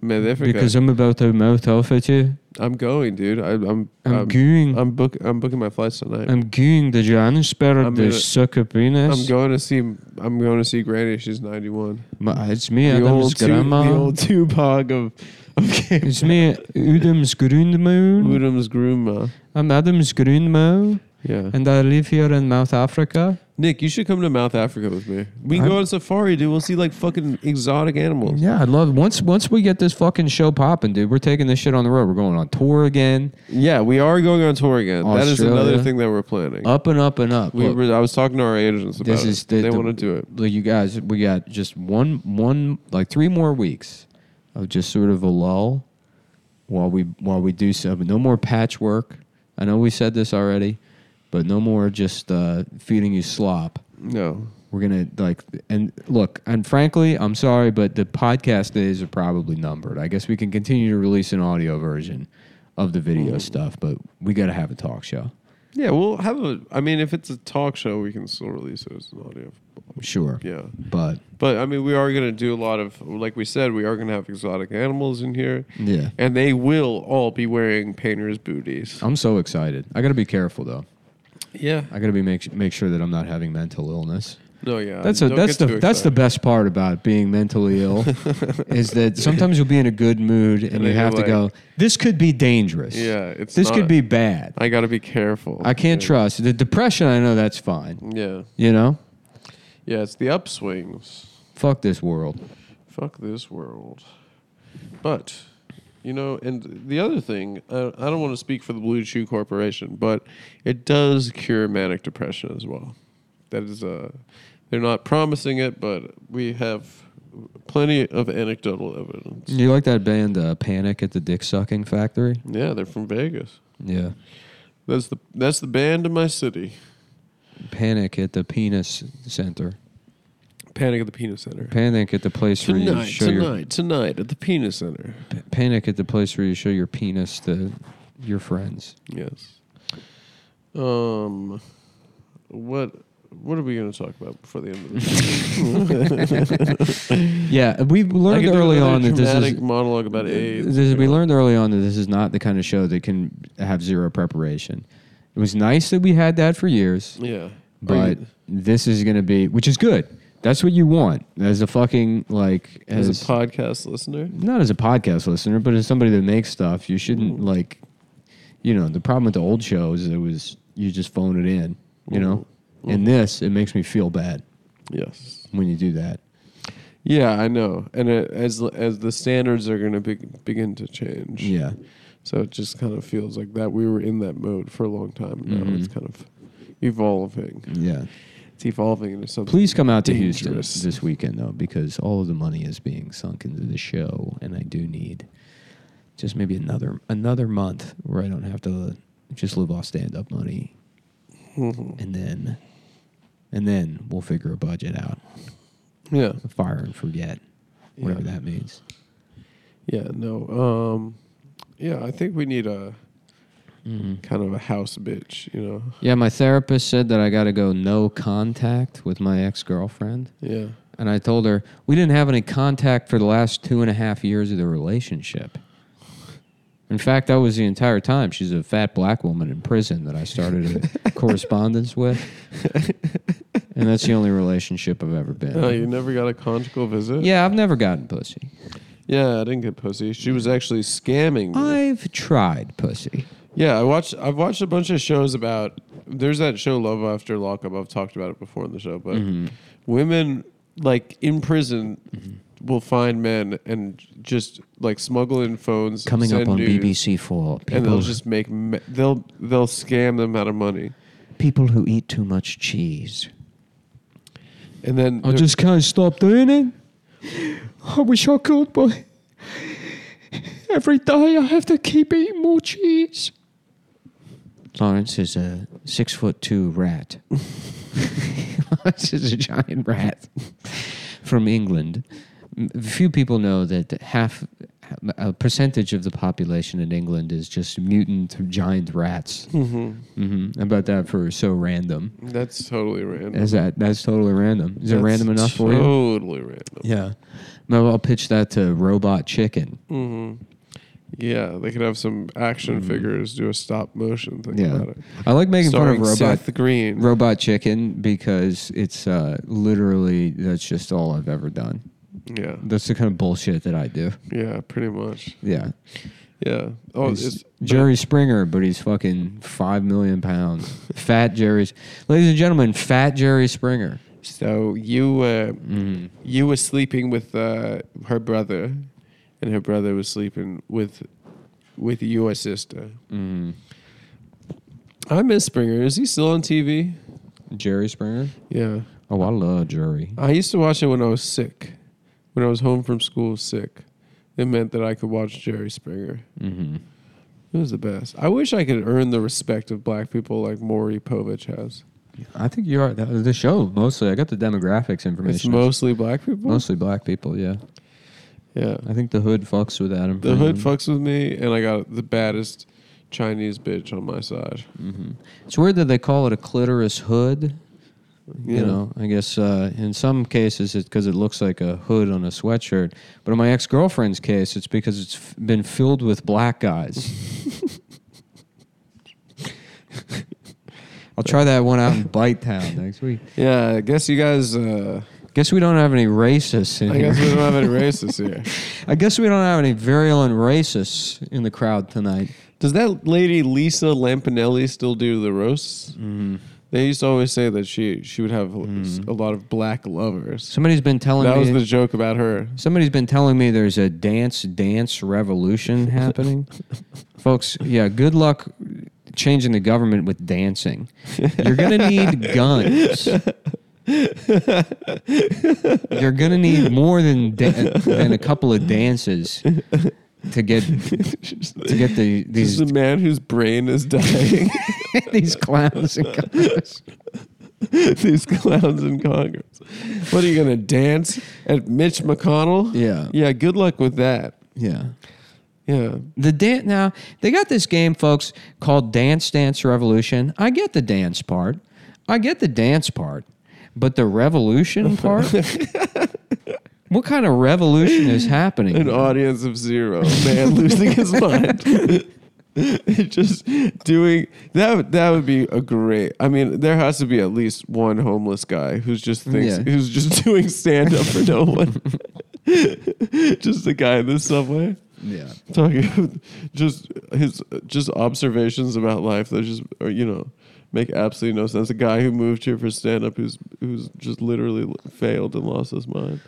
[SPEAKER 2] Mouth Africa.
[SPEAKER 1] because I'm about to mouth off at you.
[SPEAKER 2] I'm going, dude. I, I'm
[SPEAKER 1] I'm
[SPEAKER 2] I'm
[SPEAKER 1] going.
[SPEAKER 2] I'm book I'm booking my flights tonight.
[SPEAKER 1] I'm going to Johannesburg,
[SPEAKER 2] I'm
[SPEAKER 1] the
[SPEAKER 2] gonna-
[SPEAKER 1] sucker penis.
[SPEAKER 2] I'm going to see. I'm going to see Granny. She's 91.
[SPEAKER 1] Ma- it's me,
[SPEAKER 2] the
[SPEAKER 1] Adam's
[SPEAKER 2] old Tu-
[SPEAKER 1] grandma.
[SPEAKER 2] the old Tupac of of Cape
[SPEAKER 1] It's me, Udam's grandma.
[SPEAKER 2] Woodham's grandma.
[SPEAKER 1] I'm Adam's grandma.
[SPEAKER 2] Yeah.
[SPEAKER 1] And I live here in Mouth Africa.
[SPEAKER 2] Nick, you should come to Mouth Africa with me. We can
[SPEAKER 1] I'm-
[SPEAKER 2] go on safari, dude. We'll see like fucking exotic animals.
[SPEAKER 1] Yeah, I love once once we get this fucking show popping, dude. We're taking this shit on the road. We're going on tour again,
[SPEAKER 2] Yeah, we are going on tour again. That is another
[SPEAKER 1] Australia.
[SPEAKER 2] thing that we're planning.
[SPEAKER 1] up and up and up.
[SPEAKER 2] we
[SPEAKER 1] Look,
[SPEAKER 2] were, I was talking to our agents about
[SPEAKER 1] this
[SPEAKER 2] it.
[SPEAKER 1] is the,
[SPEAKER 2] they
[SPEAKER 1] the-
[SPEAKER 2] want to do it.
[SPEAKER 1] Look, you guys, we got just one one like three more weeks of just sort of a lull while we while we do some. No more patchwork. I know we said this already, but no more just uh, feeding you slop.
[SPEAKER 2] No,
[SPEAKER 1] We're gonna like and look, and frankly, I'm sorry, but the podcast days are probably numbered. I guess we can continue to release an audio version of the
[SPEAKER 2] Mm.
[SPEAKER 1] video stuff, but we gotta have a talk show.
[SPEAKER 2] yeah, we'll have a. I mean, if it's a talk show, we can still release it as an audio.
[SPEAKER 1] Sure.
[SPEAKER 2] Yeah,
[SPEAKER 1] But
[SPEAKER 2] but I mean, we are going to do a lot of, like we said, we are going to have exotic animals in here,
[SPEAKER 1] yeah.
[SPEAKER 2] and they will all be wearing painters' booties.
[SPEAKER 1] I'm so excited. I gotta be careful though.
[SPEAKER 2] Yeah,
[SPEAKER 1] I gotta be make make sure that I'm not having mental illness.
[SPEAKER 2] no, yeah,
[SPEAKER 1] That's a,
[SPEAKER 2] Uh, don't
[SPEAKER 1] that's the
[SPEAKER 2] get too
[SPEAKER 1] that's the
[SPEAKER 2] excited.
[SPEAKER 1] best part about being mentally ill is that sometimes you'll be in a good mood and,
[SPEAKER 2] And
[SPEAKER 1] you
[SPEAKER 2] then
[SPEAKER 1] have
[SPEAKER 2] you're
[SPEAKER 1] to go. This could be dangerous.
[SPEAKER 2] Yeah, it's
[SPEAKER 1] this could
[SPEAKER 2] not-
[SPEAKER 1] be bad.
[SPEAKER 2] I got to be careful.
[SPEAKER 1] I can't
[SPEAKER 2] yeah.
[SPEAKER 1] trust the depression. I know that's fine.
[SPEAKER 2] Yeah,
[SPEAKER 1] You know,
[SPEAKER 2] yeah, it's the upswings.
[SPEAKER 1] fuck this world.
[SPEAKER 2] Fuck this world. But, you know, and the other thing, uh, I don't want to speak for the Blue Chew Corporation, but it does cure manic depression as well. That is, uh, they're not promising it, but we have plenty of anecdotal evidence.
[SPEAKER 1] You like that band uh, Panic at the Dick Sucking Factory?
[SPEAKER 2] Yeah, they're from Vegas.
[SPEAKER 1] Yeah,
[SPEAKER 2] That's the that's the band in my city.
[SPEAKER 1] Panic at the Penis Center.
[SPEAKER 2] Panic at the Penis Center.
[SPEAKER 1] Panic at the place where you
[SPEAKER 2] Tonight,
[SPEAKER 1] show your
[SPEAKER 2] tonight, tonight at the Penis Center.
[SPEAKER 1] p- Panic at the place where you show your penis to your friends.
[SPEAKER 2] Yes. Um, what what are we going to talk about before the end of the show?
[SPEAKER 1] Yeah, we
[SPEAKER 2] I
[SPEAKER 1] learned
[SPEAKER 2] could do
[SPEAKER 1] early
[SPEAKER 2] another
[SPEAKER 1] on that this
[SPEAKER 2] dramatic
[SPEAKER 1] is.
[SPEAKER 2] monologue about AIDS.
[SPEAKER 1] This is, we learned early on that this is not the kind of show that can have zero preparation. It was nice that we had that for years.
[SPEAKER 2] Yeah,
[SPEAKER 1] but this is going to be, which is good. That's what you want as a fucking like
[SPEAKER 2] as,
[SPEAKER 1] as,
[SPEAKER 2] a podcast listener,
[SPEAKER 1] not as a podcast listener, but as somebody that makes stuff. You shouldn't
[SPEAKER 2] Mm-hmm.
[SPEAKER 1] like, you know, the problem with the old shows it was you just phone it in. You know,
[SPEAKER 2] Mm-hmm.
[SPEAKER 1] In this, it makes me feel bad
[SPEAKER 2] Yes.
[SPEAKER 1] when you do that.
[SPEAKER 2] Yeah, I know. And it, as as the standards are going to be, begin to change,
[SPEAKER 1] Yeah.
[SPEAKER 2] So it just kind of feels like that we were in that mode for a long time. Now it's kind of evolving.
[SPEAKER 1] Yeah.
[SPEAKER 2] It's evolving into something.
[SPEAKER 1] Please come out to
[SPEAKER 2] Dangerous.
[SPEAKER 1] Houston this weekend, though, because all of the money is being sunk into the show, and I do need just maybe another another month where I don't have to just live off stand up money,
[SPEAKER 2] Mm-hmm.
[SPEAKER 1] and then and then we'll figure a budget out,
[SPEAKER 2] Yeah,
[SPEAKER 1] fire and forget, whatever
[SPEAKER 2] Yeah.
[SPEAKER 1] that means.
[SPEAKER 2] yeah, no. Um, yeah, I think we need a kind of a house bitch. You know.
[SPEAKER 1] Mm-hmm. Yeah, my therapist said that I got to go no contact with my ex girlfriend.
[SPEAKER 2] Yeah.
[SPEAKER 1] And I told her, we didn't have any contact for the last two and a half years of the relationship. In fact, that was the entire time. She's a fat black woman in prison that I started a correspondence with. And that's the only relationship I've ever been.
[SPEAKER 2] No,
[SPEAKER 1] in.
[SPEAKER 2] Oh, you never got a conjugal visit.
[SPEAKER 1] Yeah, I've never gotten pussy.
[SPEAKER 2] Yeah, I didn't get pussy. She was actually scamming me.
[SPEAKER 1] I've tried pussy.
[SPEAKER 2] Yeah, I watched. I've watched a bunch of shows about. There's that show Love After Lockup. I've talked about it before in the show, but
[SPEAKER 1] Mm-hmm.
[SPEAKER 2] women like in prison
[SPEAKER 1] Mm-hmm.
[SPEAKER 2] will find men and just like smuggle in phones.
[SPEAKER 1] Coming up
[SPEAKER 2] send
[SPEAKER 1] on
[SPEAKER 2] nudes,
[SPEAKER 1] BBC4,
[SPEAKER 2] and they'll
[SPEAKER 1] people,
[SPEAKER 2] just make. Me- they'll they'll scam them out of money,
[SPEAKER 1] people who eat too much cheese.
[SPEAKER 2] and then
[SPEAKER 1] I
[SPEAKER 2] they're-
[SPEAKER 1] just can't stop doing it. I wish I could, but every day I have to keep eating more cheese. Lawrence is a six foot two rat. Lawrence is a giant rat from England. M- Few people know that half a percentage of the population in England is just mutant giant rats. hmm About that for so random.
[SPEAKER 2] that's totally random.
[SPEAKER 1] Is that that's totally random? Is it
[SPEAKER 2] That's
[SPEAKER 1] random enough for you?
[SPEAKER 2] Totally random.
[SPEAKER 1] Yeah. Maybe I'll pitch that to Robot Chicken.
[SPEAKER 2] Mm-hmm. Yeah, they could have some action figures do a stop motion thing
[SPEAKER 1] Mm-hmm. Yeah.
[SPEAKER 2] about it.
[SPEAKER 1] I like making
[SPEAKER 2] Starring
[SPEAKER 1] fun of Robot
[SPEAKER 2] Seth Green.
[SPEAKER 1] Robot Chicken because it's uh, literally that's just all I've ever done.
[SPEAKER 2] yeah,
[SPEAKER 1] That's the kind of bullshit that I do.
[SPEAKER 2] yeah, pretty much.
[SPEAKER 1] Yeah.
[SPEAKER 2] Yeah. Oh,
[SPEAKER 1] He's
[SPEAKER 2] it's,
[SPEAKER 1] Jerry Springer, but he's fucking five million pounds. fat Jerry's, ladies and gentlemen, fat Jerry Springer. Mm-hmm.
[SPEAKER 2] So you uh, you were sleeping with uh, her brother, and her brother was sleeping with with your sister.
[SPEAKER 1] Mm-hmm.
[SPEAKER 2] I miss Springer. Is he still on TV?
[SPEAKER 1] Jerry Springer.
[SPEAKER 2] Yeah,
[SPEAKER 1] Oh, I love Jerry.
[SPEAKER 2] I used to watch it when I was sick, when I was home from school sick. It meant that I could watch Jerry Springer.
[SPEAKER 1] Mm-hmm.
[SPEAKER 2] It was the best. I wish I could earn the respect of black people like Maury Povich has.
[SPEAKER 1] I think you are the, the show mostly. I got the demographics information.
[SPEAKER 2] It's mostly black people.
[SPEAKER 1] Mostly black people, yeah.
[SPEAKER 2] yeah.
[SPEAKER 1] I think the hood fucks with Adam.
[SPEAKER 2] The hood
[SPEAKER 1] Friedman.
[SPEAKER 2] fucks with me, and I got the baddest Chinese bitch on my side.
[SPEAKER 1] It's weird that they call it a clitoris hood.
[SPEAKER 2] Yeah.
[SPEAKER 1] You know, I guess uh, in some cases it's because it looks like a hood on a sweatshirt. But in my ex girlfriend's case, it's because it's f- been filled with black guys. I'll try that one out in Bite Town next week.
[SPEAKER 2] Yeah, I guess you guys. Uh,
[SPEAKER 1] Guess we don't have any racists in
[SPEAKER 2] I
[SPEAKER 1] here.
[SPEAKER 2] guess we don't have any racists here.
[SPEAKER 1] I guess we don't have any virulent racists in the crowd tonight.
[SPEAKER 2] Does that lady Lisa Lampanelli still do the roasts?
[SPEAKER 1] Mm-hmm.
[SPEAKER 2] They used to always say that she she would have a lot of black lovers.
[SPEAKER 1] Somebody's been telling
[SPEAKER 2] That
[SPEAKER 1] me
[SPEAKER 2] was the joke about her.
[SPEAKER 1] Somebody's been telling me there's a dance dance revolution happening. Folks, yeah, good luck changing the government with dancing. You're going to need guns. You're going to need more than da- than a couple of dances to get to get the
[SPEAKER 2] This
[SPEAKER 1] these
[SPEAKER 2] is a man whose brain is dying.
[SPEAKER 1] these clowns and guys.
[SPEAKER 2] These clowns in Congress. What are you gonna dance at Mitch McConnell?
[SPEAKER 1] Yeah.
[SPEAKER 2] Yeah. Good luck with that.
[SPEAKER 1] Yeah.
[SPEAKER 2] Yeah.
[SPEAKER 1] The dance now they got this game, folks, called Dance Dance Revolution. I get the dance part, I get the dance part, but the revolution part. what kind of revolution is happening?
[SPEAKER 2] an audience of zero man losing his mind just doing that would- that would be a great i mean there has to be at least one homeless guy who's just thinks
[SPEAKER 1] Yeah.
[SPEAKER 2] who's just doing stand up for no one just a guy in the subway
[SPEAKER 1] yeah,
[SPEAKER 2] talking about just his just observations about life that just are, you know make absolutely no sense. A guy who moved here for stand up who's who's just literally l- failed and lost his mind.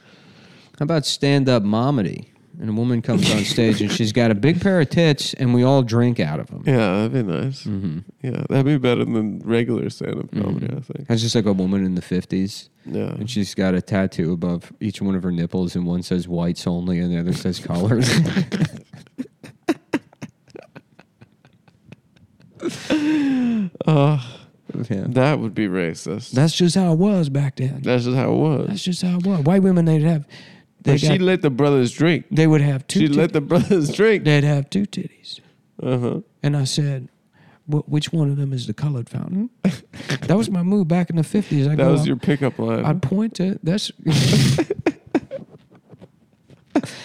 [SPEAKER 1] How about stand up momedy? And a woman comes on stage and she's got a big pair of tits, and we all drink out of them.
[SPEAKER 2] Yeah, that'd be nice.
[SPEAKER 1] Mhm.
[SPEAKER 2] Yeah, that'd be better than regular stand up comedy, I think.
[SPEAKER 1] That's just like a woman in the 50s,
[SPEAKER 2] Yeah.
[SPEAKER 1] Mm-hmm. and she's got a tattoo above each one of her nipples, and one says whites only, and the other says colors.
[SPEAKER 2] Uh,
[SPEAKER 1] yeah.
[SPEAKER 2] that would be racist.
[SPEAKER 1] That's just how it was back then.
[SPEAKER 2] That's just how it was.
[SPEAKER 1] That's just how it was. White women, they'd have, they,
[SPEAKER 2] But she
[SPEAKER 1] got,
[SPEAKER 2] let the brothers drink.
[SPEAKER 1] they would have two.
[SPEAKER 2] She
[SPEAKER 1] tit-
[SPEAKER 2] let the brothers drink.
[SPEAKER 1] they'd have two titties,
[SPEAKER 2] Uh huh.
[SPEAKER 1] and I said, "Wh- "Which one of them is the colored fountain?" that was my move back in the fifties.
[SPEAKER 2] That was your pickup line.
[SPEAKER 1] I point to that's.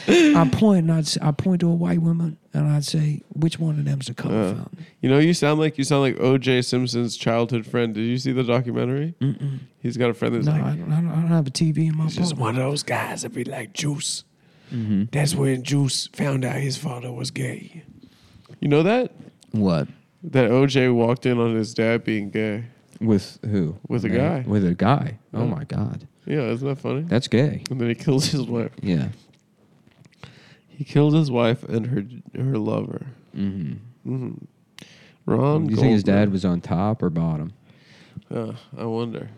[SPEAKER 1] I point and I'd, s- I point to a white woman and I'd say, "Which one of them's the color
[SPEAKER 2] Uh,
[SPEAKER 1] fountain?"
[SPEAKER 2] you know, you sound like you sound like O.J. Simpson's childhood friend. Did you see the documentary? Mm-mm. He's got a friend that's
[SPEAKER 3] No,
[SPEAKER 2] like,
[SPEAKER 3] I don't, I don't I don't have a TV in my He's just
[SPEAKER 1] Oh.
[SPEAKER 3] one of those guys that be like Juice.
[SPEAKER 2] mm-hmm.
[SPEAKER 3] That's when Juice found out his father was gay.
[SPEAKER 2] you know that
[SPEAKER 1] What
[SPEAKER 2] that O.J. walked in on his dad being gay.
[SPEAKER 1] with who?
[SPEAKER 2] With a
[SPEAKER 1] Man,
[SPEAKER 2] guy.
[SPEAKER 1] With a guy.
[SPEAKER 2] Yeah.
[SPEAKER 1] Oh my god,
[SPEAKER 2] Yeah, isn't that funny?
[SPEAKER 1] that's gay.
[SPEAKER 2] And then he kills his wife.
[SPEAKER 1] Yeah.
[SPEAKER 2] He killed his wife and her her lover.
[SPEAKER 1] Mm-hmm.
[SPEAKER 2] hmm Ron.
[SPEAKER 1] Do you think his
[SPEAKER 2] Goldberg.
[SPEAKER 1] dad was on top or bottom?
[SPEAKER 2] Uh, I wonder.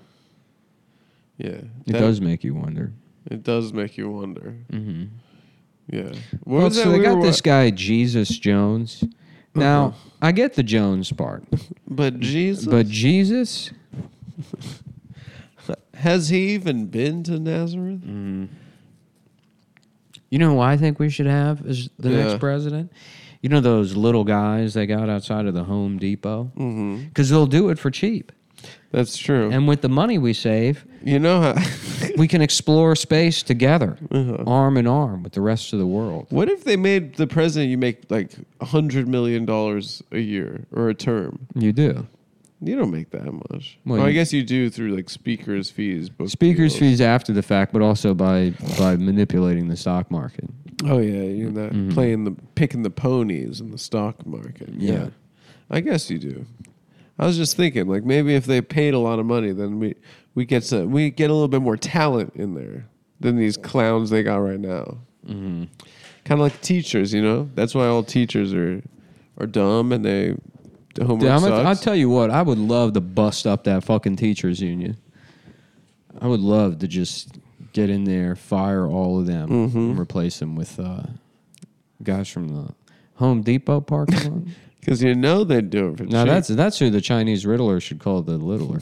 [SPEAKER 2] Yeah, it
[SPEAKER 1] It does make you wonder.
[SPEAKER 2] It does make you wonder.
[SPEAKER 1] Mm-hmm.
[SPEAKER 2] Yeah. What
[SPEAKER 1] Well,
[SPEAKER 2] was
[SPEAKER 1] Oh, so
[SPEAKER 2] that
[SPEAKER 1] they
[SPEAKER 2] we
[SPEAKER 1] got
[SPEAKER 2] were
[SPEAKER 1] this
[SPEAKER 2] wa-
[SPEAKER 1] guy Jesus Jones. Now
[SPEAKER 2] Uh-huh.
[SPEAKER 1] I get the Jones part,
[SPEAKER 2] But Jesus.
[SPEAKER 1] but Jesus.
[SPEAKER 2] Has he even been to Nazareth?
[SPEAKER 1] You know who I think we should have as the
[SPEAKER 2] Yeah.
[SPEAKER 1] next president? You know those little guys they got outside of the Home Depot?
[SPEAKER 2] Mm-hmm.
[SPEAKER 1] Because they'll do it for cheap.
[SPEAKER 2] That's true.
[SPEAKER 1] And with the money we save,
[SPEAKER 2] you know how.
[SPEAKER 1] we can explore space together,
[SPEAKER 2] Uh-huh.
[SPEAKER 1] arm in arm with the rest of the world.
[SPEAKER 2] What if they made the president you make like a hundred million dollars a year or a term?
[SPEAKER 1] You do.
[SPEAKER 2] You don't make that much. Well,
[SPEAKER 1] Well,
[SPEAKER 2] I
[SPEAKER 1] you-
[SPEAKER 2] guess you do through like speakers' fees, book
[SPEAKER 1] Speakers'
[SPEAKER 2] deals.
[SPEAKER 1] fees after the fact, but also by, by manipulating the stock market.
[SPEAKER 2] Oh yeah, you're not
[SPEAKER 1] Mm-hmm.
[SPEAKER 2] playing the picking the ponies in the stock market. Yeah.
[SPEAKER 1] Yeah.
[SPEAKER 2] I guess you do. I was just thinking, like maybe if they paid a lot of money, then we we get some, we get a little bit more talent in there than these clowns they got right now.
[SPEAKER 1] Mm-hmm.
[SPEAKER 2] Kind of like teachers, you know. That's why all teachers are are dumb and they the homework
[SPEAKER 1] Dude, I'm gonna-
[SPEAKER 2] sucks.
[SPEAKER 1] I'll tell you what, I would love to bust up that fucking teachers union. I would love to just get in there, fire all of them,
[SPEAKER 2] Mhm.
[SPEAKER 1] and replace them with uh, guys from the Home Depot parking lot.
[SPEAKER 2] Because you know they'd do it for
[SPEAKER 1] now
[SPEAKER 2] cheap.
[SPEAKER 1] that's that's who the Chinese riddler should call the littler.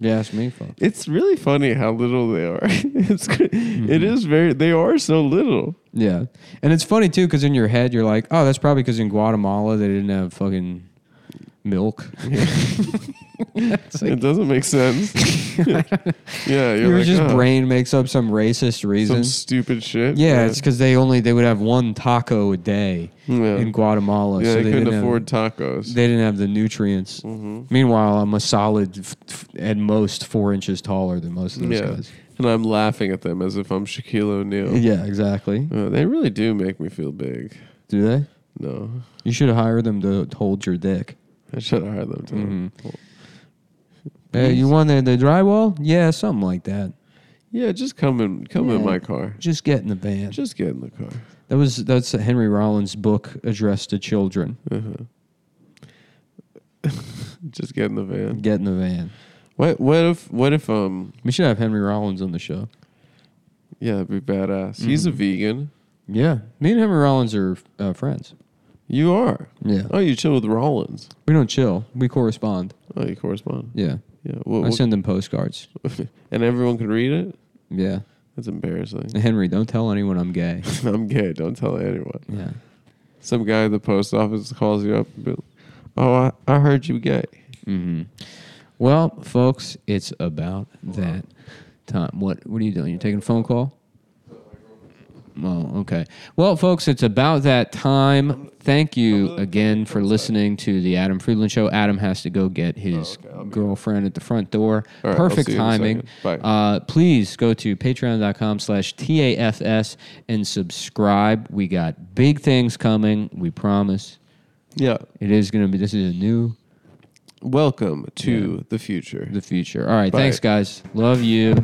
[SPEAKER 1] you ask me, folks.
[SPEAKER 2] it's really funny how little they are. it's cr-
[SPEAKER 1] Mm-hmm.
[SPEAKER 2] it is very they are so little.
[SPEAKER 1] Yeah, and it's funny too because in your head you're like, oh, that's probably because in Guatemala they didn't have fucking milk.
[SPEAKER 2] it doesn't make sense. yeah, you're
[SPEAKER 1] Your
[SPEAKER 2] like,
[SPEAKER 1] just
[SPEAKER 2] "Oh,
[SPEAKER 1] brain makes up some racist
[SPEAKER 2] some
[SPEAKER 1] reason.
[SPEAKER 2] stupid shit.
[SPEAKER 1] Yeah, it's because they only they would have one taco a day
[SPEAKER 2] Yeah.
[SPEAKER 1] in Guatemala,
[SPEAKER 2] yeah,
[SPEAKER 1] so
[SPEAKER 2] they,
[SPEAKER 1] they,
[SPEAKER 2] couldn't
[SPEAKER 1] didn't
[SPEAKER 2] afford Mm.
[SPEAKER 1] Have,
[SPEAKER 2] tacos. Mm-hmm.
[SPEAKER 1] they didn't have the nutrients. Meanwhile, I'm a solid, f- f- at most four inches taller than most of those
[SPEAKER 2] yeah,
[SPEAKER 1] guys.
[SPEAKER 2] and I'm laughing at them as if I'm Shaquille O'Neal.
[SPEAKER 1] Yeah, exactly.
[SPEAKER 2] Uh, they really do make me feel big.
[SPEAKER 1] Do they?
[SPEAKER 2] No,
[SPEAKER 1] You should hire them to hold your dick.
[SPEAKER 2] I should hire them to.
[SPEAKER 1] Mm-hmm. Hey, you want the, the drywall? Yeah, something like that.
[SPEAKER 2] Yeah, just come in, come in
[SPEAKER 1] Yeah.
[SPEAKER 2] my car.
[SPEAKER 1] Just get in the van.
[SPEAKER 2] Just get in the car.
[SPEAKER 1] That was that's Henry Rollins' book addressed to children.
[SPEAKER 2] Just get in the van.
[SPEAKER 1] Get in the van.
[SPEAKER 2] What? What if? What if? Um.
[SPEAKER 1] We should have Henry Rollins on the show.
[SPEAKER 2] Yeah, that'd be badass. He's
[SPEAKER 1] Mm-hmm.
[SPEAKER 2] a vegan.
[SPEAKER 1] Yeah, me and Henry Rollins are uh, friends.
[SPEAKER 2] You are.
[SPEAKER 1] Yeah.
[SPEAKER 2] Oh, you chill with Rollins.
[SPEAKER 1] We don't chill. We correspond.
[SPEAKER 2] Oh, you correspond.
[SPEAKER 1] Yeah.
[SPEAKER 2] Yeah. What,
[SPEAKER 1] I
[SPEAKER 2] what-
[SPEAKER 1] send them postcards.
[SPEAKER 2] and everyone can read it.
[SPEAKER 1] Yeah.
[SPEAKER 2] That's embarrassing.
[SPEAKER 1] And Henry, don't tell anyone I'm gay.
[SPEAKER 2] I'm gay. Don't tell anyone.
[SPEAKER 1] Yeah.
[SPEAKER 2] Some guy at the post office calls you up. And be like, oh, I, I heard you gay.
[SPEAKER 1] hmm Well, folks, it's about that time. What What are you doing? You're taking a phone call? Well, okay. Well, folks, it's about that time. Thank you again for listening to the Adam Friedland Show. Adam has to go get his
[SPEAKER 2] Oh, okay, I'll be-
[SPEAKER 1] girlfriend at the front door.
[SPEAKER 2] All right, I'll
[SPEAKER 1] Perfect
[SPEAKER 2] see you in a
[SPEAKER 1] timing.
[SPEAKER 2] second. Bye.
[SPEAKER 1] Uh, please go to patreon.com slash TAFS and subscribe. We got big things coming. We promise.
[SPEAKER 2] Yeah.
[SPEAKER 1] It is going to be, this is a new
[SPEAKER 2] Welcome to the future.
[SPEAKER 1] the future. All right.
[SPEAKER 2] Bye.
[SPEAKER 1] Thanks, guys. Love you.